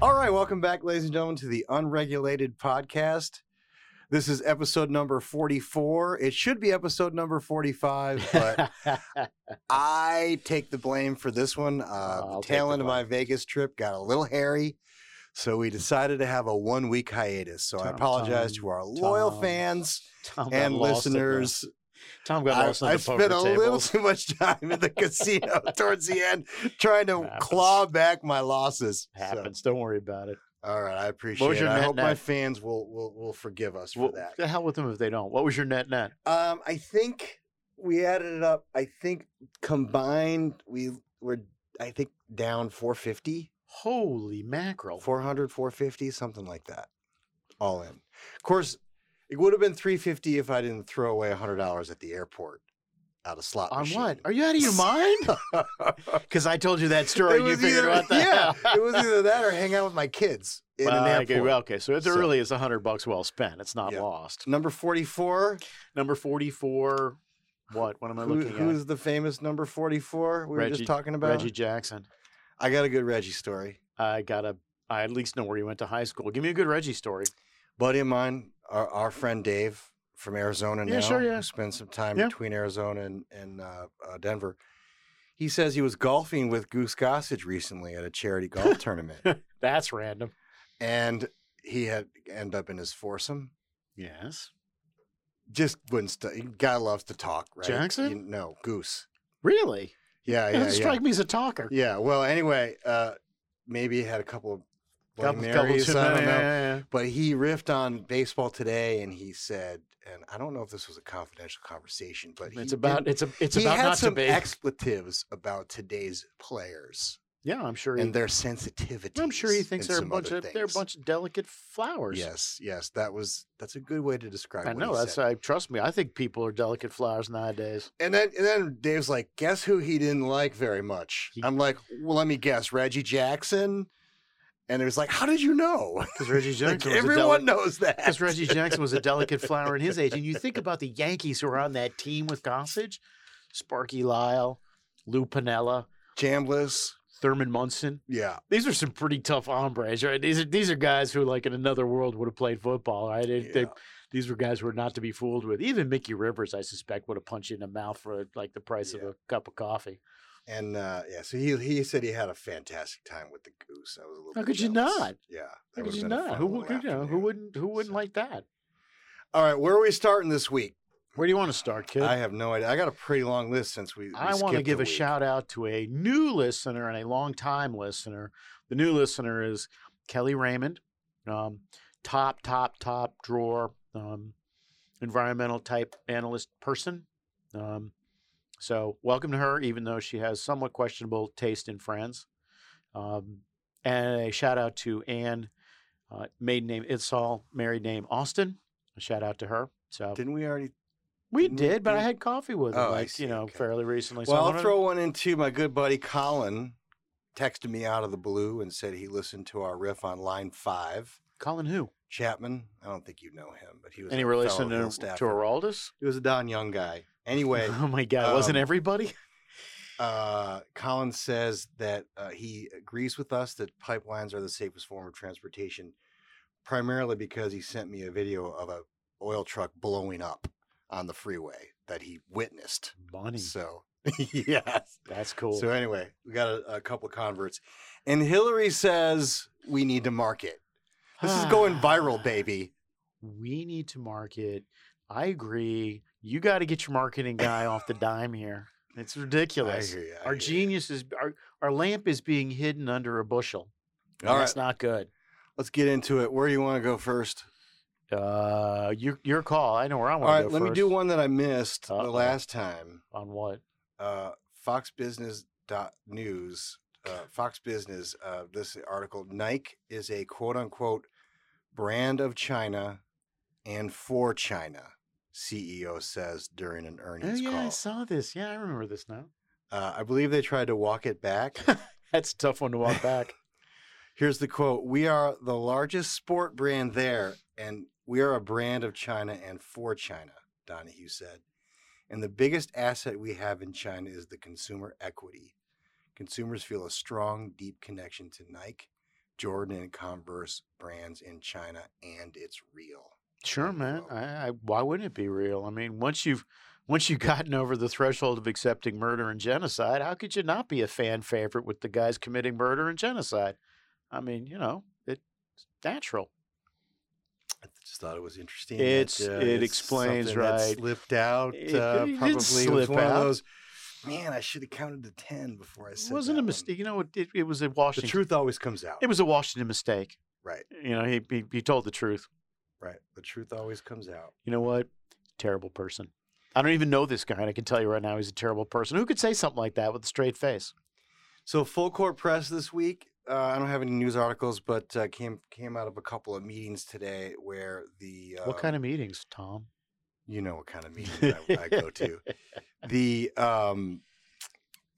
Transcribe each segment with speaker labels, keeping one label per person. Speaker 1: All right, welcome back, ladies and gentlemen, to the Unregulated Podcast. This is episode number 44. It should be episode number 45, but I take the blame for this one. Uh,
Speaker 2: Oh, I'll
Speaker 1: the
Speaker 2: take
Speaker 1: tail
Speaker 2: the
Speaker 1: end of my Vegas trip got a little hairy, so we decided to have a one week hiatus. So I
Speaker 2: Tom,
Speaker 1: apologize
Speaker 2: Tom,
Speaker 1: to our loyal
Speaker 2: Tom.
Speaker 1: fans
Speaker 2: Tom got
Speaker 1: and
Speaker 2: lost at the-
Speaker 1: listeners.
Speaker 2: Tom got
Speaker 1: I,
Speaker 2: lost at
Speaker 1: I
Speaker 2: the poker
Speaker 1: spent a little
Speaker 2: tables.
Speaker 1: too much time in the casino towards the end trying to
Speaker 2: Happens.
Speaker 1: claw back my losses. So-
Speaker 2: Happens. Don't worry about it.
Speaker 1: all right, I appreciate
Speaker 2: your
Speaker 1: it. I
Speaker 2: net
Speaker 1: hope my
Speaker 2: net?
Speaker 1: fans will, will will forgive us for
Speaker 2: Well,
Speaker 1: that.
Speaker 2: the hell with them if they don't. What was your net net?
Speaker 1: Um, I think we added it up. I think combined we were I think down 450,
Speaker 2: Holy mackerel!
Speaker 1: 400, 450, something like that. All in. Of course, it would have been 350 if I didn't throw away $100 at the airport out of slot
Speaker 2: On
Speaker 1: machine.
Speaker 2: what? Are you out of your mind? Because I told you that story.
Speaker 1: It
Speaker 2: and You
Speaker 1: was
Speaker 2: figured
Speaker 1: either-
Speaker 2: out
Speaker 1: Yeah,
Speaker 2: that.
Speaker 1: it was either that or hang out with my kids in
Speaker 2: Well,
Speaker 1: an
Speaker 2: okay,
Speaker 1: airport.
Speaker 2: well, okay, so it's
Speaker 1: So-
Speaker 2: really is a hundred bucks well spent. It's not
Speaker 1: Yeah.
Speaker 2: lost.
Speaker 1: Number 44,
Speaker 2: Number forty-four. What? What am I
Speaker 1: Who-
Speaker 2: looking
Speaker 1: who's the famous number 44 we were
Speaker 2: Reggie-
Speaker 1: just talking
Speaker 2: at?
Speaker 1: about?
Speaker 2: Reggie Jackson.
Speaker 1: I got a good Reggie story.
Speaker 2: I gotta. I at least know where he went to high school. Give me a good Reggie story.
Speaker 1: Buddy of mine, our, our friend Dave from Arizona
Speaker 2: Yeah,
Speaker 1: now,
Speaker 2: sure, yeah.
Speaker 1: who spends some time
Speaker 2: Yeah.
Speaker 1: between Arizona and, and uh, uh, Denver. He says he was golfing with Goose Gossage recently at a charity golf tournament,
Speaker 2: That's random.
Speaker 1: and he had end up in his foursome.
Speaker 2: Yes.
Speaker 1: Just wouldn't. St- guy loves to talk, right?
Speaker 2: Jackson?
Speaker 1: You- no, Goose.
Speaker 2: Really?
Speaker 1: Yeah,
Speaker 2: It
Speaker 1: yeah,
Speaker 2: doesn't
Speaker 1: yeah.
Speaker 2: strike me as a talker.
Speaker 1: Yeah. Well, anyway, uh, maybe he had a couple of Bloody
Speaker 2: Couple- couple
Speaker 1: Marys.
Speaker 2: too
Speaker 1: I don't
Speaker 2: many,
Speaker 1: know.
Speaker 2: yeah, yeah, yeah.
Speaker 1: But he riffed on baseball today, and he said, and I don't know if this was a confidential conversation, but he
Speaker 2: It's
Speaker 1: did-
Speaker 2: about it's a it's
Speaker 1: he
Speaker 2: about
Speaker 1: had
Speaker 2: not
Speaker 1: some
Speaker 2: to be.
Speaker 1: expletives about today's players
Speaker 2: yeah, I'm sure. He,
Speaker 1: and their sensitivity.
Speaker 2: I'm sure he thinks
Speaker 1: and
Speaker 2: they're a
Speaker 1: some
Speaker 2: bunch
Speaker 1: other
Speaker 2: of they're a
Speaker 1: things.
Speaker 2: bunch of delicate flowers.
Speaker 1: Yes, yes, that was that's a good way to describe.
Speaker 2: I
Speaker 1: what
Speaker 2: know.
Speaker 1: he
Speaker 2: That's
Speaker 1: said.
Speaker 2: I trust me. I think people are delicate flowers nowadays.
Speaker 1: and then and then Dave's like, guess who he didn't like very much?
Speaker 2: He-
Speaker 1: I'm like, well, let me guess, Reggie Jackson. And it was like, how did you know?
Speaker 2: Because Reggie
Speaker 1: Like,
Speaker 2: Jackson,
Speaker 1: everyone knows that.
Speaker 2: Because Reggie Jackson was a delicate flower in his age, and you think about the Yankees who were on that team with Gossage, Sparky Lyle, Lou Pinella,
Speaker 1: Jambliss.
Speaker 2: Thurman Munson.
Speaker 1: Yeah.
Speaker 2: These are some pretty tough hombres, right? These are these are guys who, like in another world, would have played football, right? They- they-
Speaker 1: Yeah.
Speaker 2: these were guys who were not to be fooled with. Even Mickey Rivers, I suspect, would have punched you in the mouth for like the price of
Speaker 1: Yeah.
Speaker 2: a cup of coffee.
Speaker 1: And uh, yeah, so he he said he had a fantastic time with the goose. I was a little.
Speaker 2: How
Speaker 1: bit
Speaker 2: could you
Speaker 1: jealous.
Speaker 2: not?
Speaker 1: Yeah,
Speaker 2: How
Speaker 1: that
Speaker 2: could
Speaker 1: would've
Speaker 2: you
Speaker 1: been a
Speaker 2: not?
Speaker 1: fun
Speaker 2: Who would
Speaker 1: little
Speaker 2: you know? Who
Speaker 1: afternoon.
Speaker 2: wouldn't? Who wouldn't
Speaker 1: So-
Speaker 2: like that?
Speaker 1: All right, where are we starting this week?
Speaker 2: Where do you want to start, kid?
Speaker 1: I have no idea. I got a pretty long list since we. we
Speaker 2: I want to
Speaker 1: skipped
Speaker 2: give a
Speaker 1: week.
Speaker 2: shout out to a new listener and a longtime listener. The new listener is Kelly Raymond, um, top, top, top drawer, um, environmental type analyst person. Um, so, welcome to her, even though she has somewhat questionable taste in friends. Um, and a shout out to Anne, uh, maiden name Itzal, married name Austin. A shout out to her. So
Speaker 1: Didn't we already?
Speaker 2: we
Speaker 1: didn't we-
Speaker 2: did, but I
Speaker 1: didn't-
Speaker 2: had coffee with her,
Speaker 1: Oh, I
Speaker 2: like
Speaker 1: see,
Speaker 2: you know,
Speaker 1: okay.
Speaker 2: fairly recently. So I
Speaker 1: Well, I'll
Speaker 2: wanna-
Speaker 1: throw one into my good buddy Colin. Texted me out of the blue and said he listened to our riff on line five.
Speaker 2: Colin who?
Speaker 1: Chapman, I don't think you know him, but he was
Speaker 2: Any
Speaker 1: a
Speaker 2: relation
Speaker 1: fellow
Speaker 2: to,
Speaker 1: Hill
Speaker 2: to
Speaker 1: staffer.
Speaker 2: Araldus?
Speaker 1: He was a Don Young guy. Anyway,
Speaker 2: oh my God! wasn't
Speaker 1: um,
Speaker 2: everybody?
Speaker 1: Uh, Colin says that uh, he agrees with us that pipelines are the safest form of transportation, primarily because he sent me a video of a oil truck blowing up on the freeway that he witnessed.
Speaker 2: Bunny.
Speaker 1: So yes.
Speaker 2: That's cool.
Speaker 1: So anyway, we got a, a couple converts, and Hillary says we need to market. This is going viral, baby.
Speaker 2: We need to market. I agree. You got to get your marketing guy off the dime here. It's ridiculous.
Speaker 1: you. I hear
Speaker 2: Our
Speaker 1: you.
Speaker 2: genius is our, our lamp is being hidden under a bushel. and
Speaker 1: All right,
Speaker 2: that's not good.
Speaker 1: let's get into it. Where do you want to go first?
Speaker 2: Uh, your your call. I know where I
Speaker 1: All
Speaker 2: want
Speaker 1: right,
Speaker 2: to go
Speaker 1: let me
Speaker 2: first.
Speaker 1: do one that I missed the
Speaker 2: Uh-oh.
Speaker 1: last time.
Speaker 2: on what?
Speaker 1: uh, Fox Business dot news. Uh, Fox Business. Uh, this article: Nike is a quote unquote brand of China and for China. CEO says during an
Speaker 2: Oh
Speaker 1: earnings
Speaker 2: yeah, I
Speaker 1: call.
Speaker 2: saw this. Yeah, I remember this now.
Speaker 1: Uh, I believe they tried to walk it back.
Speaker 2: That's a tough one to walk back.
Speaker 1: Here's the quote: "We are the largest sport brand there, and we are a brand of China and for China." Donahue said, "And the biggest asset we have in China is the consumer equity. Consumers feel a strong, deep connection to Nike Jordan and Converse brands in China, and it's real.
Speaker 2: Sure,
Speaker 1: and
Speaker 2: man.
Speaker 1: remote.
Speaker 2: I, I, why wouldn't it be real? I mean, once you've once you've gotten over the threshold of accepting murder and genocide, how could you not be a fan favorite with the guys committing murder and genocide? I mean, you know, it's natural.
Speaker 1: I th- just thought it was interesting. uh,
Speaker 2: It's- it explains,
Speaker 1: something that
Speaker 2: right.
Speaker 1: slipped out.
Speaker 2: It-
Speaker 1: uh,
Speaker 2: it did
Speaker 1: probably It's
Speaker 2: slip
Speaker 1: one
Speaker 2: out.
Speaker 1: of those. Man, I should have counted to ten before I
Speaker 2: It
Speaker 1: said.
Speaker 2: wasn't
Speaker 1: that
Speaker 2: a
Speaker 1: one."
Speaker 2: mistake. You know, it, it, it was a
Speaker 1: The
Speaker 2: Washington.
Speaker 1: truth always comes out.
Speaker 2: It was a Washington mistake.
Speaker 1: right,
Speaker 2: You know, he, he he told the truth.
Speaker 1: right. The truth always comes out.
Speaker 2: You know what? Terrible person. I don't even know this guy, and I can tell you right now, he's a terrible person. Who could say something like that with a straight face?
Speaker 1: So full court press this week. Uh, I don't have any news articles, but uh, came came out of a couple of meetings today where the
Speaker 2: what
Speaker 1: um,
Speaker 2: kind of meetings, Tom?
Speaker 1: you know what kind of meetings I, I go to. The um,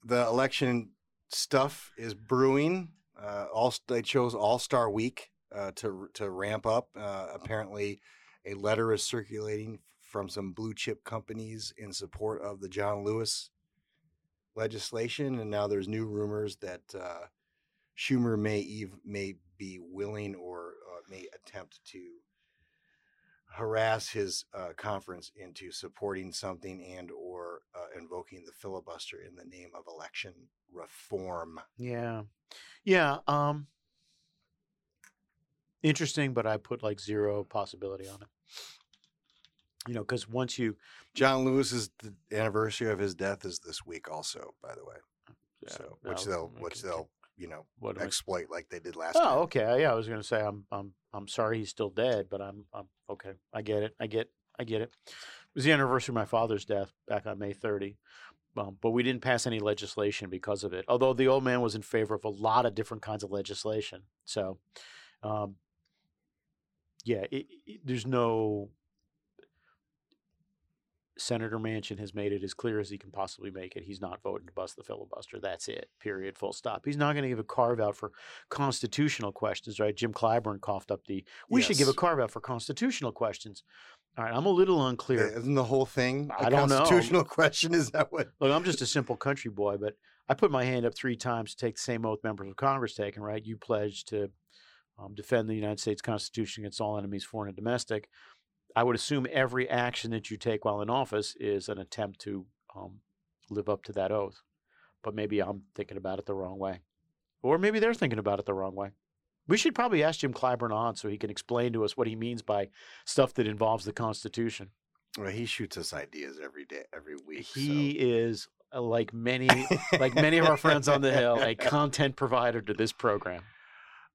Speaker 1: the election stuff is brewing. Uh, all they chose All Star Week uh, to to ramp up. Uh, apparently, a letter is circulating from some blue chip companies in support of the John Lewis legislation, and now there's new rumors that uh, Schumer may eve may be willing or uh, may attempt to harass his uh, conference into supporting something and or uh, invoking the filibuster in the name of election reform.
Speaker 2: Yeah. Yeah. Um interesting, but I put like zero possibility on it. You know, because once you
Speaker 1: John Lewis's the anniversary of his death is this week, also, by the way. so which
Speaker 2: no,
Speaker 1: they'll
Speaker 2: okay,
Speaker 1: which
Speaker 2: okay.
Speaker 1: they'll you know
Speaker 2: what am I-
Speaker 1: exploit like they did last. time.
Speaker 2: Oh, okay. Yeah, I was gonna say I'm I'm I'm sorry he's still dead, but I'm I'm okay. I get it. I get I get it. It was the anniversary of my father's death back on May 30. Um, but we didn't pass any legislation because of it. Although the old man was in favor of a lot of different kinds of legislation. So, um, yeah, it, it, there's no. Senator Manchin has made it as clear as he can possibly make it. He's not voting to bust the filibuster. That's it. Period. Full stop. He's not going to give a carve out for constitutional questions, right? Jim Clyburn coughed up the. We should give a
Speaker 1: Yes.
Speaker 2: carve out for constitutional questions. All right, I'm a little unclear.
Speaker 1: Yeah, Isn't the whole thing a
Speaker 2: I don't know.
Speaker 1: constitutional question? Is that what?
Speaker 2: Look, I'm just a simple country boy, but I put my hand up three times to take the same oath members of Congress taken, right? You pledged to um, defend the United States Constitution against all enemies, foreign and domestic. I would assume every action that you take while in office is an attempt to um, live up to that oath. But maybe I'm thinking about it the wrong way. Or maybe they're thinking about it the wrong way. We should probably ask Jim Clyburn on so he can explain to us what he means by stuff that involves the Constitution.
Speaker 1: Well, he shoots us ideas every day, every week. so-
Speaker 2: He is uh, like many like many of our friends on the hill, a content provider to this program.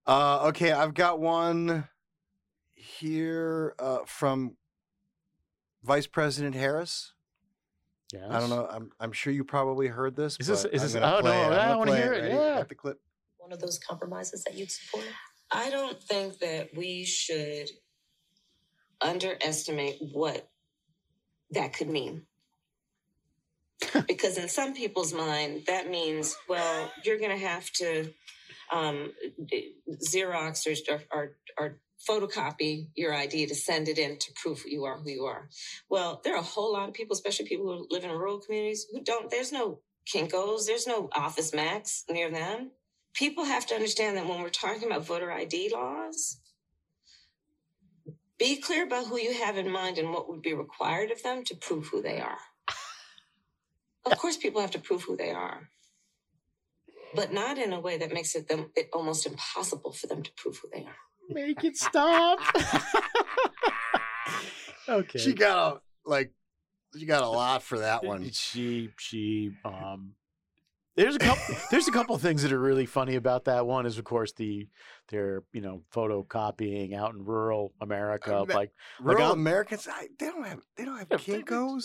Speaker 1: Uh, okay, I've got one here uh, from Vice President Harris.
Speaker 2: Yeah,
Speaker 1: I don't know. I'm, I'm sure you probably heard this.
Speaker 2: Is this-
Speaker 1: but
Speaker 2: is
Speaker 1: I'm
Speaker 2: this-
Speaker 1: gonna
Speaker 2: oh,
Speaker 1: play
Speaker 2: no,
Speaker 1: I'm
Speaker 2: I
Speaker 1: gonna
Speaker 2: wanna
Speaker 1: play
Speaker 2: hear it,
Speaker 1: Ready?
Speaker 2: yeah.
Speaker 1: Got the clip.
Speaker 3: one of those compromises that you'd support?
Speaker 4: I don't think that we should underestimate what that could mean. because in some people's mind, that means, well, you're going to have to um, d- Xerox or, or, or, or photocopy your ID to send it in to prove you are who you are. Well, there are a whole lot of people, especially people who live in rural communities, who don't, there's no Kinkos, there's no Office Max near them people have to understand that when we're talking about voter ID laws, be clear about who you have in mind and what would be required of them to prove who they are. Of course, people have to prove who they are, but not in a way that makes it them it almost impossible for them to prove who they are.
Speaker 2: Make it stop. okay.
Speaker 1: She got a like. She got a lot for that one.
Speaker 2: She she um there's a couple there's a couple things that are really funny about that. One is of course the their, you know, photocopying out in rural America.
Speaker 1: that-
Speaker 2: like
Speaker 1: Rural
Speaker 2: I'm-
Speaker 1: Americans, I, they don't have they don't have
Speaker 2: Yeah, but it's-
Speaker 1: Kinkos.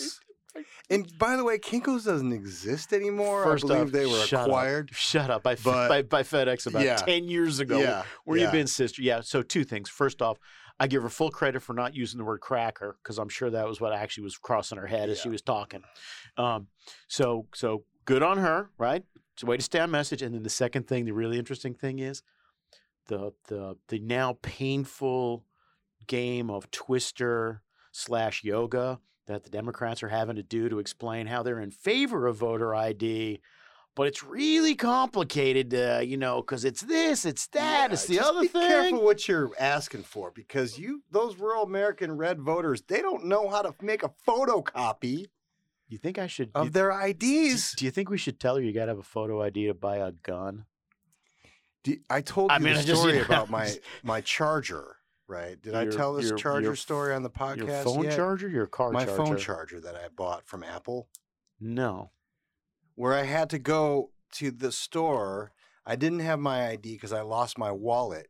Speaker 2: it-
Speaker 1: And by the way, Kinkos doesn't exist anymore.
Speaker 2: first
Speaker 1: I believe
Speaker 2: off,
Speaker 1: they were
Speaker 2: shut
Speaker 1: acquired.
Speaker 2: Up, shut up by, F-
Speaker 1: but-
Speaker 2: by by FedEx about
Speaker 1: Yeah.
Speaker 2: ten years ago.
Speaker 1: Yeah,
Speaker 2: Where
Speaker 1: yeah.
Speaker 2: you been, sister? Yeah. So two things. First off, I give her full credit for not using the word cracker because I'm sure that was what actually was crossing her head as she
Speaker 1: Yeah.
Speaker 2: was talking. Um, so so good on her, right? It's a way to stay on message. And then the second thing, the really interesting thing is the the the now painful game of twister slash yoga that the Democrats are having to do to explain how they're in favor of voter ID But it's really complicated, uh, you know, because it's this, it's that,
Speaker 1: Yeah,
Speaker 2: it's the
Speaker 1: just
Speaker 2: other
Speaker 1: be
Speaker 2: thing.
Speaker 1: Careful what you're asking for, because you those rural American red voters, they don't know how to make a photocopy
Speaker 2: You think I should?
Speaker 1: of
Speaker 2: you-
Speaker 1: their
Speaker 2: do,
Speaker 1: IDs.
Speaker 2: do you think we should tell her you got to have a photo ID to buy a gun?
Speaker 1: Do- I told you
Speaker 2: I mean,
Speaker 1: the
Speaker 2: I just-
Speaker 1: story
Speaker 2: you know,
Speaker 1: about my
Speaker 2: just-
Speaker 1: my charger, right? Did I
Speaker 2: Your-
Speaker 1: tell this
Speaker 2: your-
Speaker 1: charger
Speaker 2: your-
Speaker 1: story on the podcast?
Speaker 2: Your phone
Speaker 1: yet?
Speaker 2: charger, your car
Speaker 1: my
Speaker 2: charger.
Speaker 1: phone charger that I bought from Apple,
Speaker 2: No.
Speaker 1: where I had to go to the store. I didn't have my ID because I lost my wallet,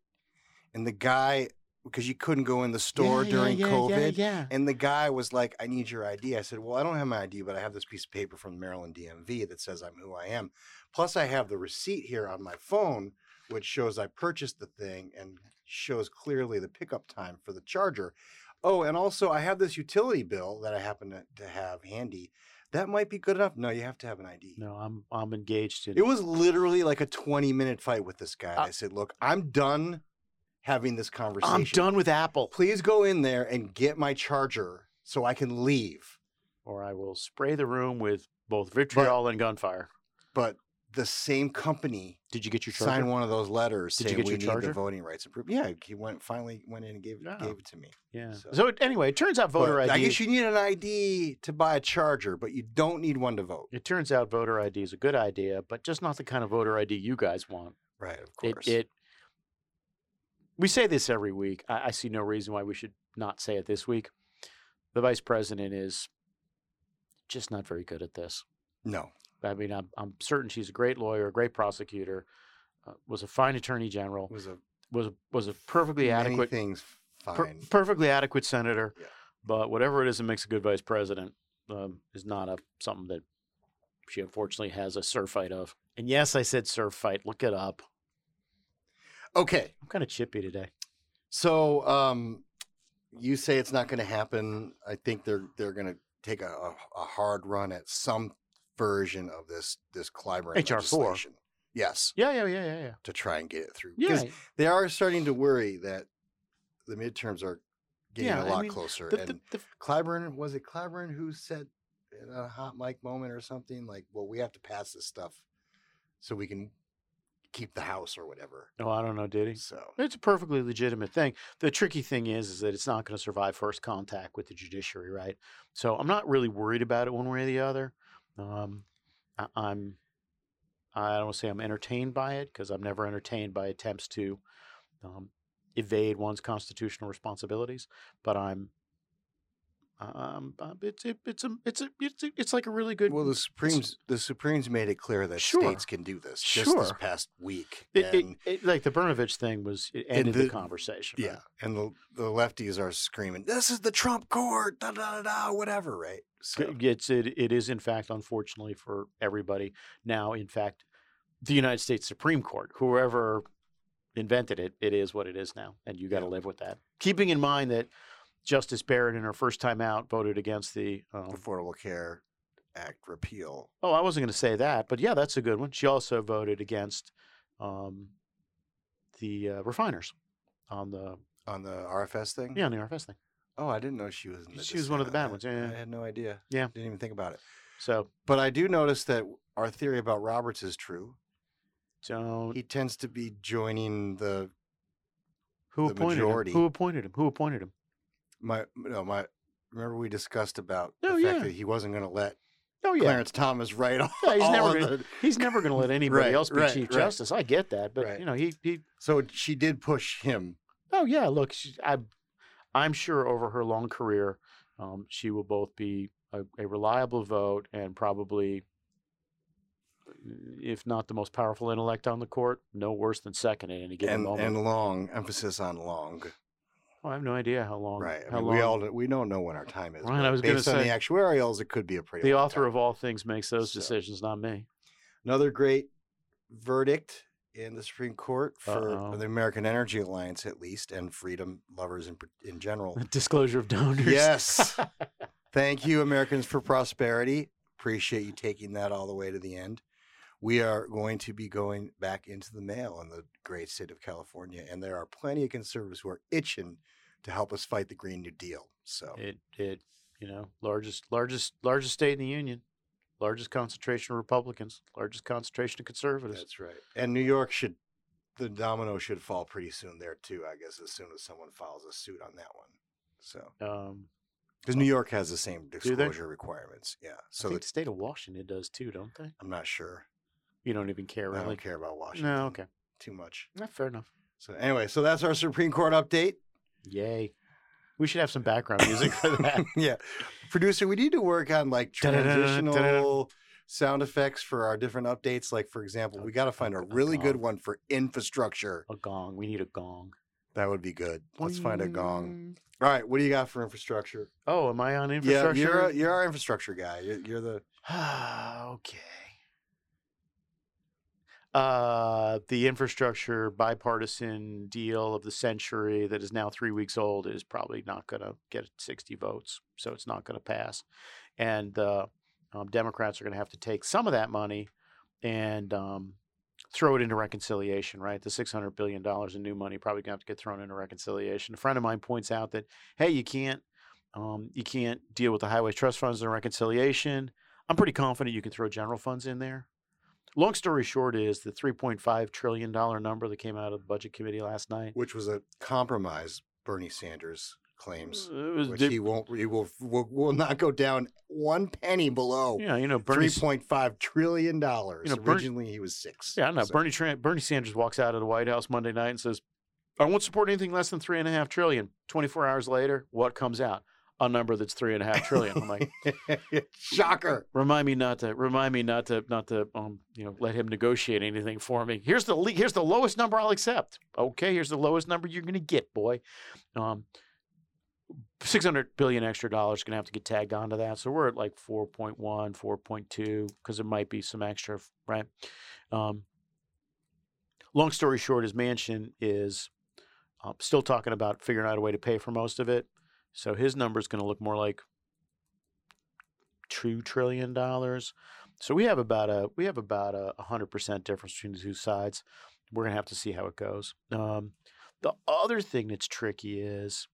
Speaker 1: and the guy because you couldn't go in the store
Speaker 2: Yeah, yeah,
Speaker 1: during
Speaker 2: yeah, yeah,
Speaker 1: COVID.
Speaker 2: Yeah,
Speaker 1: And the guy was like, I need your ID. I said, Well, I don't have my ID, but I have this piece of paper from the Maryland DMV that says I'm who I am. Plus, I have the receipt here on my phone, which shows I purchased the thing and shows clearly the pickup time for the charger. Oh, and also, I have this utility bill that I happen to, to have handy. That might be good enough. No, you have to have an ID.
Speaker 2: No, I'm I'm engaged in.
Speaker 1: It was literally like a 20 minute fight with this guy.
Speaker 2: Uh,
Speaker 1: I said, Look, I'm done having this conversation
Speaker 2: I'm done with Apple,
Speaker 1: please go in there and get my charger so I can leave.
Speaker 2: or I will spray the room with both vitriol and gunfire.
Speaker 1: But the same company
Speaker 2: Did you get your charger?
Speaker 1: signed one of those letters
Speaker 2: Did you
Speaker 1: saying
Speaker 2: get
Speaker 1: we
Speaker 2: your
Speaker 1: need
Speaker 2: charger?
Speaker 1: the voting rights approved. Yeah, he went finally went in and gave,
Speaker 2: Yeah.
Speaker 1: gave it to me.
Speaker 2: Yeah. So,
Speaker 1: So-
Speaker 2: it- anyway, it turns out voter
Speaker 1: But
Speaker 2: ID.
Speaker 1: I guess you need an ID to buy a charger, but you don't need one to vote.
Speaker 2: It turns out voter ID is a good idea, but just not the kind of voter ID you guys want.
Speaker 1: Right, of
Speaker 2: It,
Speaker 1: course.
Speaker 2: it. We say this every week. I, I see no reason why we should not say it this week. The vice president is just not very good at this.
Speaker 1: no.
Speaker 2: I mean, I'm, I'm certain she's a great lawyer, a great prosecutor, uh, was a fine attorney general,
Speaker 1: It was a
Speaker 2: was was a perfectly
Speaker 1: many
Speaker 2: adequate
Speaker 1: things fine.
Speaker 2: per- perfectly adequate senator.
Speaker 1: Yeah.
Speaker 2: But whatever it is that makes a good vice president um, is not a something that she unfortunately has a surf fight of. And yes, I said surf fight. Look it up.
Speaker 1: okay.
Speaker 2: I'm kind of chippy today.
Speaker 1: So um, you say it's not going to happen. I think they're they're going to take a, a, a hard run at some version of this this Clyburn
Speaker 2: HR4.
Speaker 1: legislation. Yes,
Speaker 2: Yeah, yeah, yeah, yeah, yeah.
Speaker 1: to try and get it through
Speaker 2: Yeah,
Speaker 1: because they are starting to worry that the midterms are getting
Speaker 2: Yeah,
Speaker 1: a
Speaker 2: I
Speaker 1: lot
Speaker 2: mean,
Speaker 1: closer.
Speaker 2: the-
Speaker 1: and
Speaker 2: the- the-
Speaker 1: Clyburn was it Clyburn who said in a hot mic moment or something like, "Well, we have to pass this stuff so we can keep the house or whatever."
Speaker 2: oh, I don't know, did he?
Speaker 1: So
Speaker 2: It's a perfectly legitimate thing. The tricky thing is, is that it's not going to survive first contact with the judiciary, right? So I'm not really worried about it one way or the other. Um, I, I'm, I don't wanna say I'm entertained by it because I'm never entertained by attempts to um, evade one's constitutional responsibilities. But I'm, um, uh, it's it, it's a it's a it's a, it's like a really good.
Speaker 1: Well, the
Speaker 2: it's-
Speaker 1: Supremes the Supremes made it clear that
Speaker 2: Sure.
Speaker 1: states can do this just this
Speaker 2: Sure.
Speaker 1: past week.
Speaker 2: It, it,
Speaker 1: and
Speaker 2: it- like the Brnovich thing was it ended the,
Speaker 1: the-
Speaker 2: conversation. right?
Speaker 1: yeah, and the, the lefties are screaming, "This is the Trump court!" Da da da, da whatever, right?
Speaker 2: C-
Speaker 1: So
Speaker 2: It's it, it is in fact unfortunately for everybody now in fact the United States Supreme Court whoever invented it it is what it is now and you got to
Speaker 1: Yeah.
Speaker 2: live with that keeping in mind that Justice Barrett in her first time out voted against the um,
Speaker 1: Affordable Care Act repeal.
Speaker 2: oh I wasn't going to say that but yeah that's a good one she also voted against um, the uh, refiners on the
Speaker 1: On the RFS thing,
Speaker 2: yeah on the RFS thing
Speaker 1: Oh, I didn't know she was. In the
Speaker 2: She was one of the
Speaker 1: dissent
Speaker 2: bad
Speaker 1: on
Speaker 2: ones,
Speaker 1: that.
Speaker 2: yeah, yeah.
Speaker 1: I had no idea.
Speaker 2: Yeah.
Speaker 1: didn't even think about it.
Speaker 2: so
Speaker 1: But I do notice that our theory about Roberts is true.
Speaker 2: don't
Speaker 1: He tends to be joining the
Speaker 2: who
Speaker 1: the
Speaker 2: appointed
Speaker 1: majority-
Speaker 2: him who appointed him who appointed him
Speaker 1: my no my. Remember we discussed about
Speaker 2: Oh,
Speaker 1: the fact
Speaker 2: yeah.
Speaker 1: that he wasn't going to let
Speaker 2: oh yeah
Speaker 1: Clarence Thomas right off.
Speaker 2: Yeah, he's
Speaker 1: all
Speaker 2: never
Speaker 1: of
Speaker 2: gonna-
Speaker 1: the-
Speaker 2: He's never going to let anybody
Speaker 1: Right,
Speaker 2: else be
Speaker 1: right,
Speaker 2: chief
Speaker 1: right.
Speaker 2: justice. I get that, but
Speaker 1: Right.
Speaker 2: you know, he he.
Speaker 1: So she did push him.
Speaker 2: Oh yeah, look, she, I, I'm sure over her long career, um, she will both be a, a reliable vote and probably, if not the most powerful intellect on the court, no worse than second at any given
Speaker 1: and,
Speaker 2: moment.
Speaker 1: and long emphasis on long,
Speaker 2: oh, I have no idea how long.
Speaker 1: right? I
Speaker 2: How
Speaker 1: mean,
Speaker 2: long
Speaker 1: we all we don't know when our time is.
Speaker 2: Right, I
Speaker 1: but
Speaker 2: was gonna
Speaker 1: based on
Speaker 2: say-
Speaker 1: the actuarials, it could be a pretty.
Speaker 2: the
Speaker 1: long
Speaker 2: author
Speaker 1: time.
Speaker 2: of all things makes those
Speaker 1: So.
Speaker 2: decisions, not me.
Speaker 1: another great verdict in the Supreme Court for
Speaker 2: Uh-oh.
Speaker 1: the American Energy Alliance, at least, and freedom lovers in par- in general.
Speaker 2: Disclosure of donors.
Speaker 1: yes, thank you, Americans for Prosperity. Appreciate you taking that all the way to the end. We are going to be going back into the mail in the great state of California, and there are plenty of conservatives who are itching to help us fight the Green New Deal. So
Speaker 2: It it you know largest largest largest state in the union, largest concentration of Republicans, largest concentration of conservatives.
Speaker 1: That's right. And New York should, the domino should fall pretty soon there too. I guess as soon as someone files a suit on that one. So
Speaker 2: Um,
Speaker 1: because New York has the same
Speaker 2: they?
Speaker 1: disclosure requirements. Yeah.
Speaker 2: so
Speaker 1: So
Speaker 2: I think
Speaker 1: it's,
Speaker 2: the state of Washington does too, don't they?
Speaker 1: I'm not sure.
Speaker 2: You don't even care, really.
Speaker 1: I don't care about Washington.
Speaker 2: No, okay.
Speaker 1: Too much.
Speaker 2: Yeah, fair enough.
Speaker 1: So anyway, so that's our Supreme Court update.
Speaker 2: Yay. We should have some background music for that.
Speaker 1: yeah. Producer, we need to work on like
Speaker 2: Da-da-da-da, da-da-da.
Speaker 1: transitional sound effects for our different updates. Like, for example, we got to find a
Speaker 2: Okay,
Speaker 1: really good
Speaker 2: gong.
Speaker 1: one for infrastructure.
Speaker 2: A gong. We need a gong.
Speaker 1: That would be good. Let's find a gong. All right. What do you got for infrastructure?
Speaker 2: Oh, am I on
Speaker 1: Yeah,
Speaker 2: infrastructure?
Speaker 1: you're, a, you're our infrastructure guy. You're, you're the.
Speaker 2: Ah, okay. Uh, the infrastructure bipartisan deal of the century that is now three weeks old is probably not going to get 60 votes, so it's not going to pass. And uh, um, Democrats are going to have to take some of that money and um, throw it into reconciliation, right? The $600 billion in new money probably going to have to get thrown into reconciliation. A friend of mine points out that, hey, you can't. Um, you can't deal with the highway trust funds and reconciliation. I'm pretty confident you can throw general funds in there. Long story short is the 3.5 trillion dollar number that came out of the budget committee last night.
Speaker 1: Which was a compromise, Bernie Sanders claims.
Speaker 2: Uh, it was
Speaker 1: Which
Speaker 2: di-
Speaker 1: he won't, he will, will, will not go down one penny below
Speaker 2: yeah, you know, Bernie. S-
Speaker 1: $3.5 trillion. dollars.
Speaker 2: Bernie-
Speaker 1: Originally, he was six.
Speaker 2: Yeah, I don't know.
Speaker 1: So-
Speaker 2: Bernie Tran Bernie Sanders walks out of the White House Monday night and says, "I won't support anything less than three and a half trillion." 24 hours later, what comes out? A number that's three and a half trillion. I'm like,
Speaker 1: Shocker.
Speaker 2: remind me not to remind me not to not to um you know let him negotiate anything for me here's the le- here's the lowest number i'll accept okay here's the lowest number you're gonna get boy um 600 billion extra dollars gonna have to get tagged onto that so we're at like 4.1 4.2 because it might be some extra right um long story short his mansion is uh, still talking about figuring out a way to pay for most of it so his number is going to look more like two trillion dollars. So we have about a we have about a hundred percent difference between the two sides. We're gonna have to see how it goes. Um, the other thing that's tricky is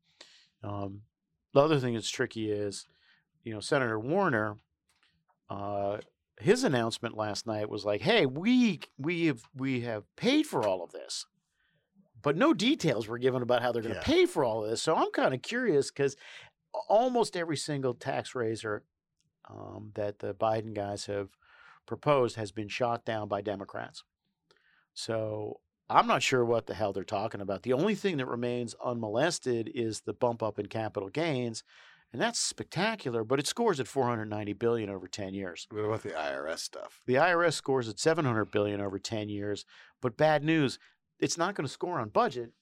Speaker 2: um, the other thing that's tricky is you know Senator Warner. Uh, his announcement last night was like, "Hey, we we have we have paid for all of this." But no details were given about how they're going to
Speaker 1: Yeah.
Speaker 2: pay for all of this. So I'm kind of curious because almost every single tax raiser um, that the Biden guys have proposed has been shot down by Democrats. So I'm not sure what the hell they're talking about. The only thing that remains unmolested is the bump up in capital gains, and that's spectacular. But it scores at 490 billion over 10 years.
Speaker 1: What about the IRS stuff?
Speaker 2: The IRS scores at 700 billion over 10 years, but bad news, it's not going to score on budget.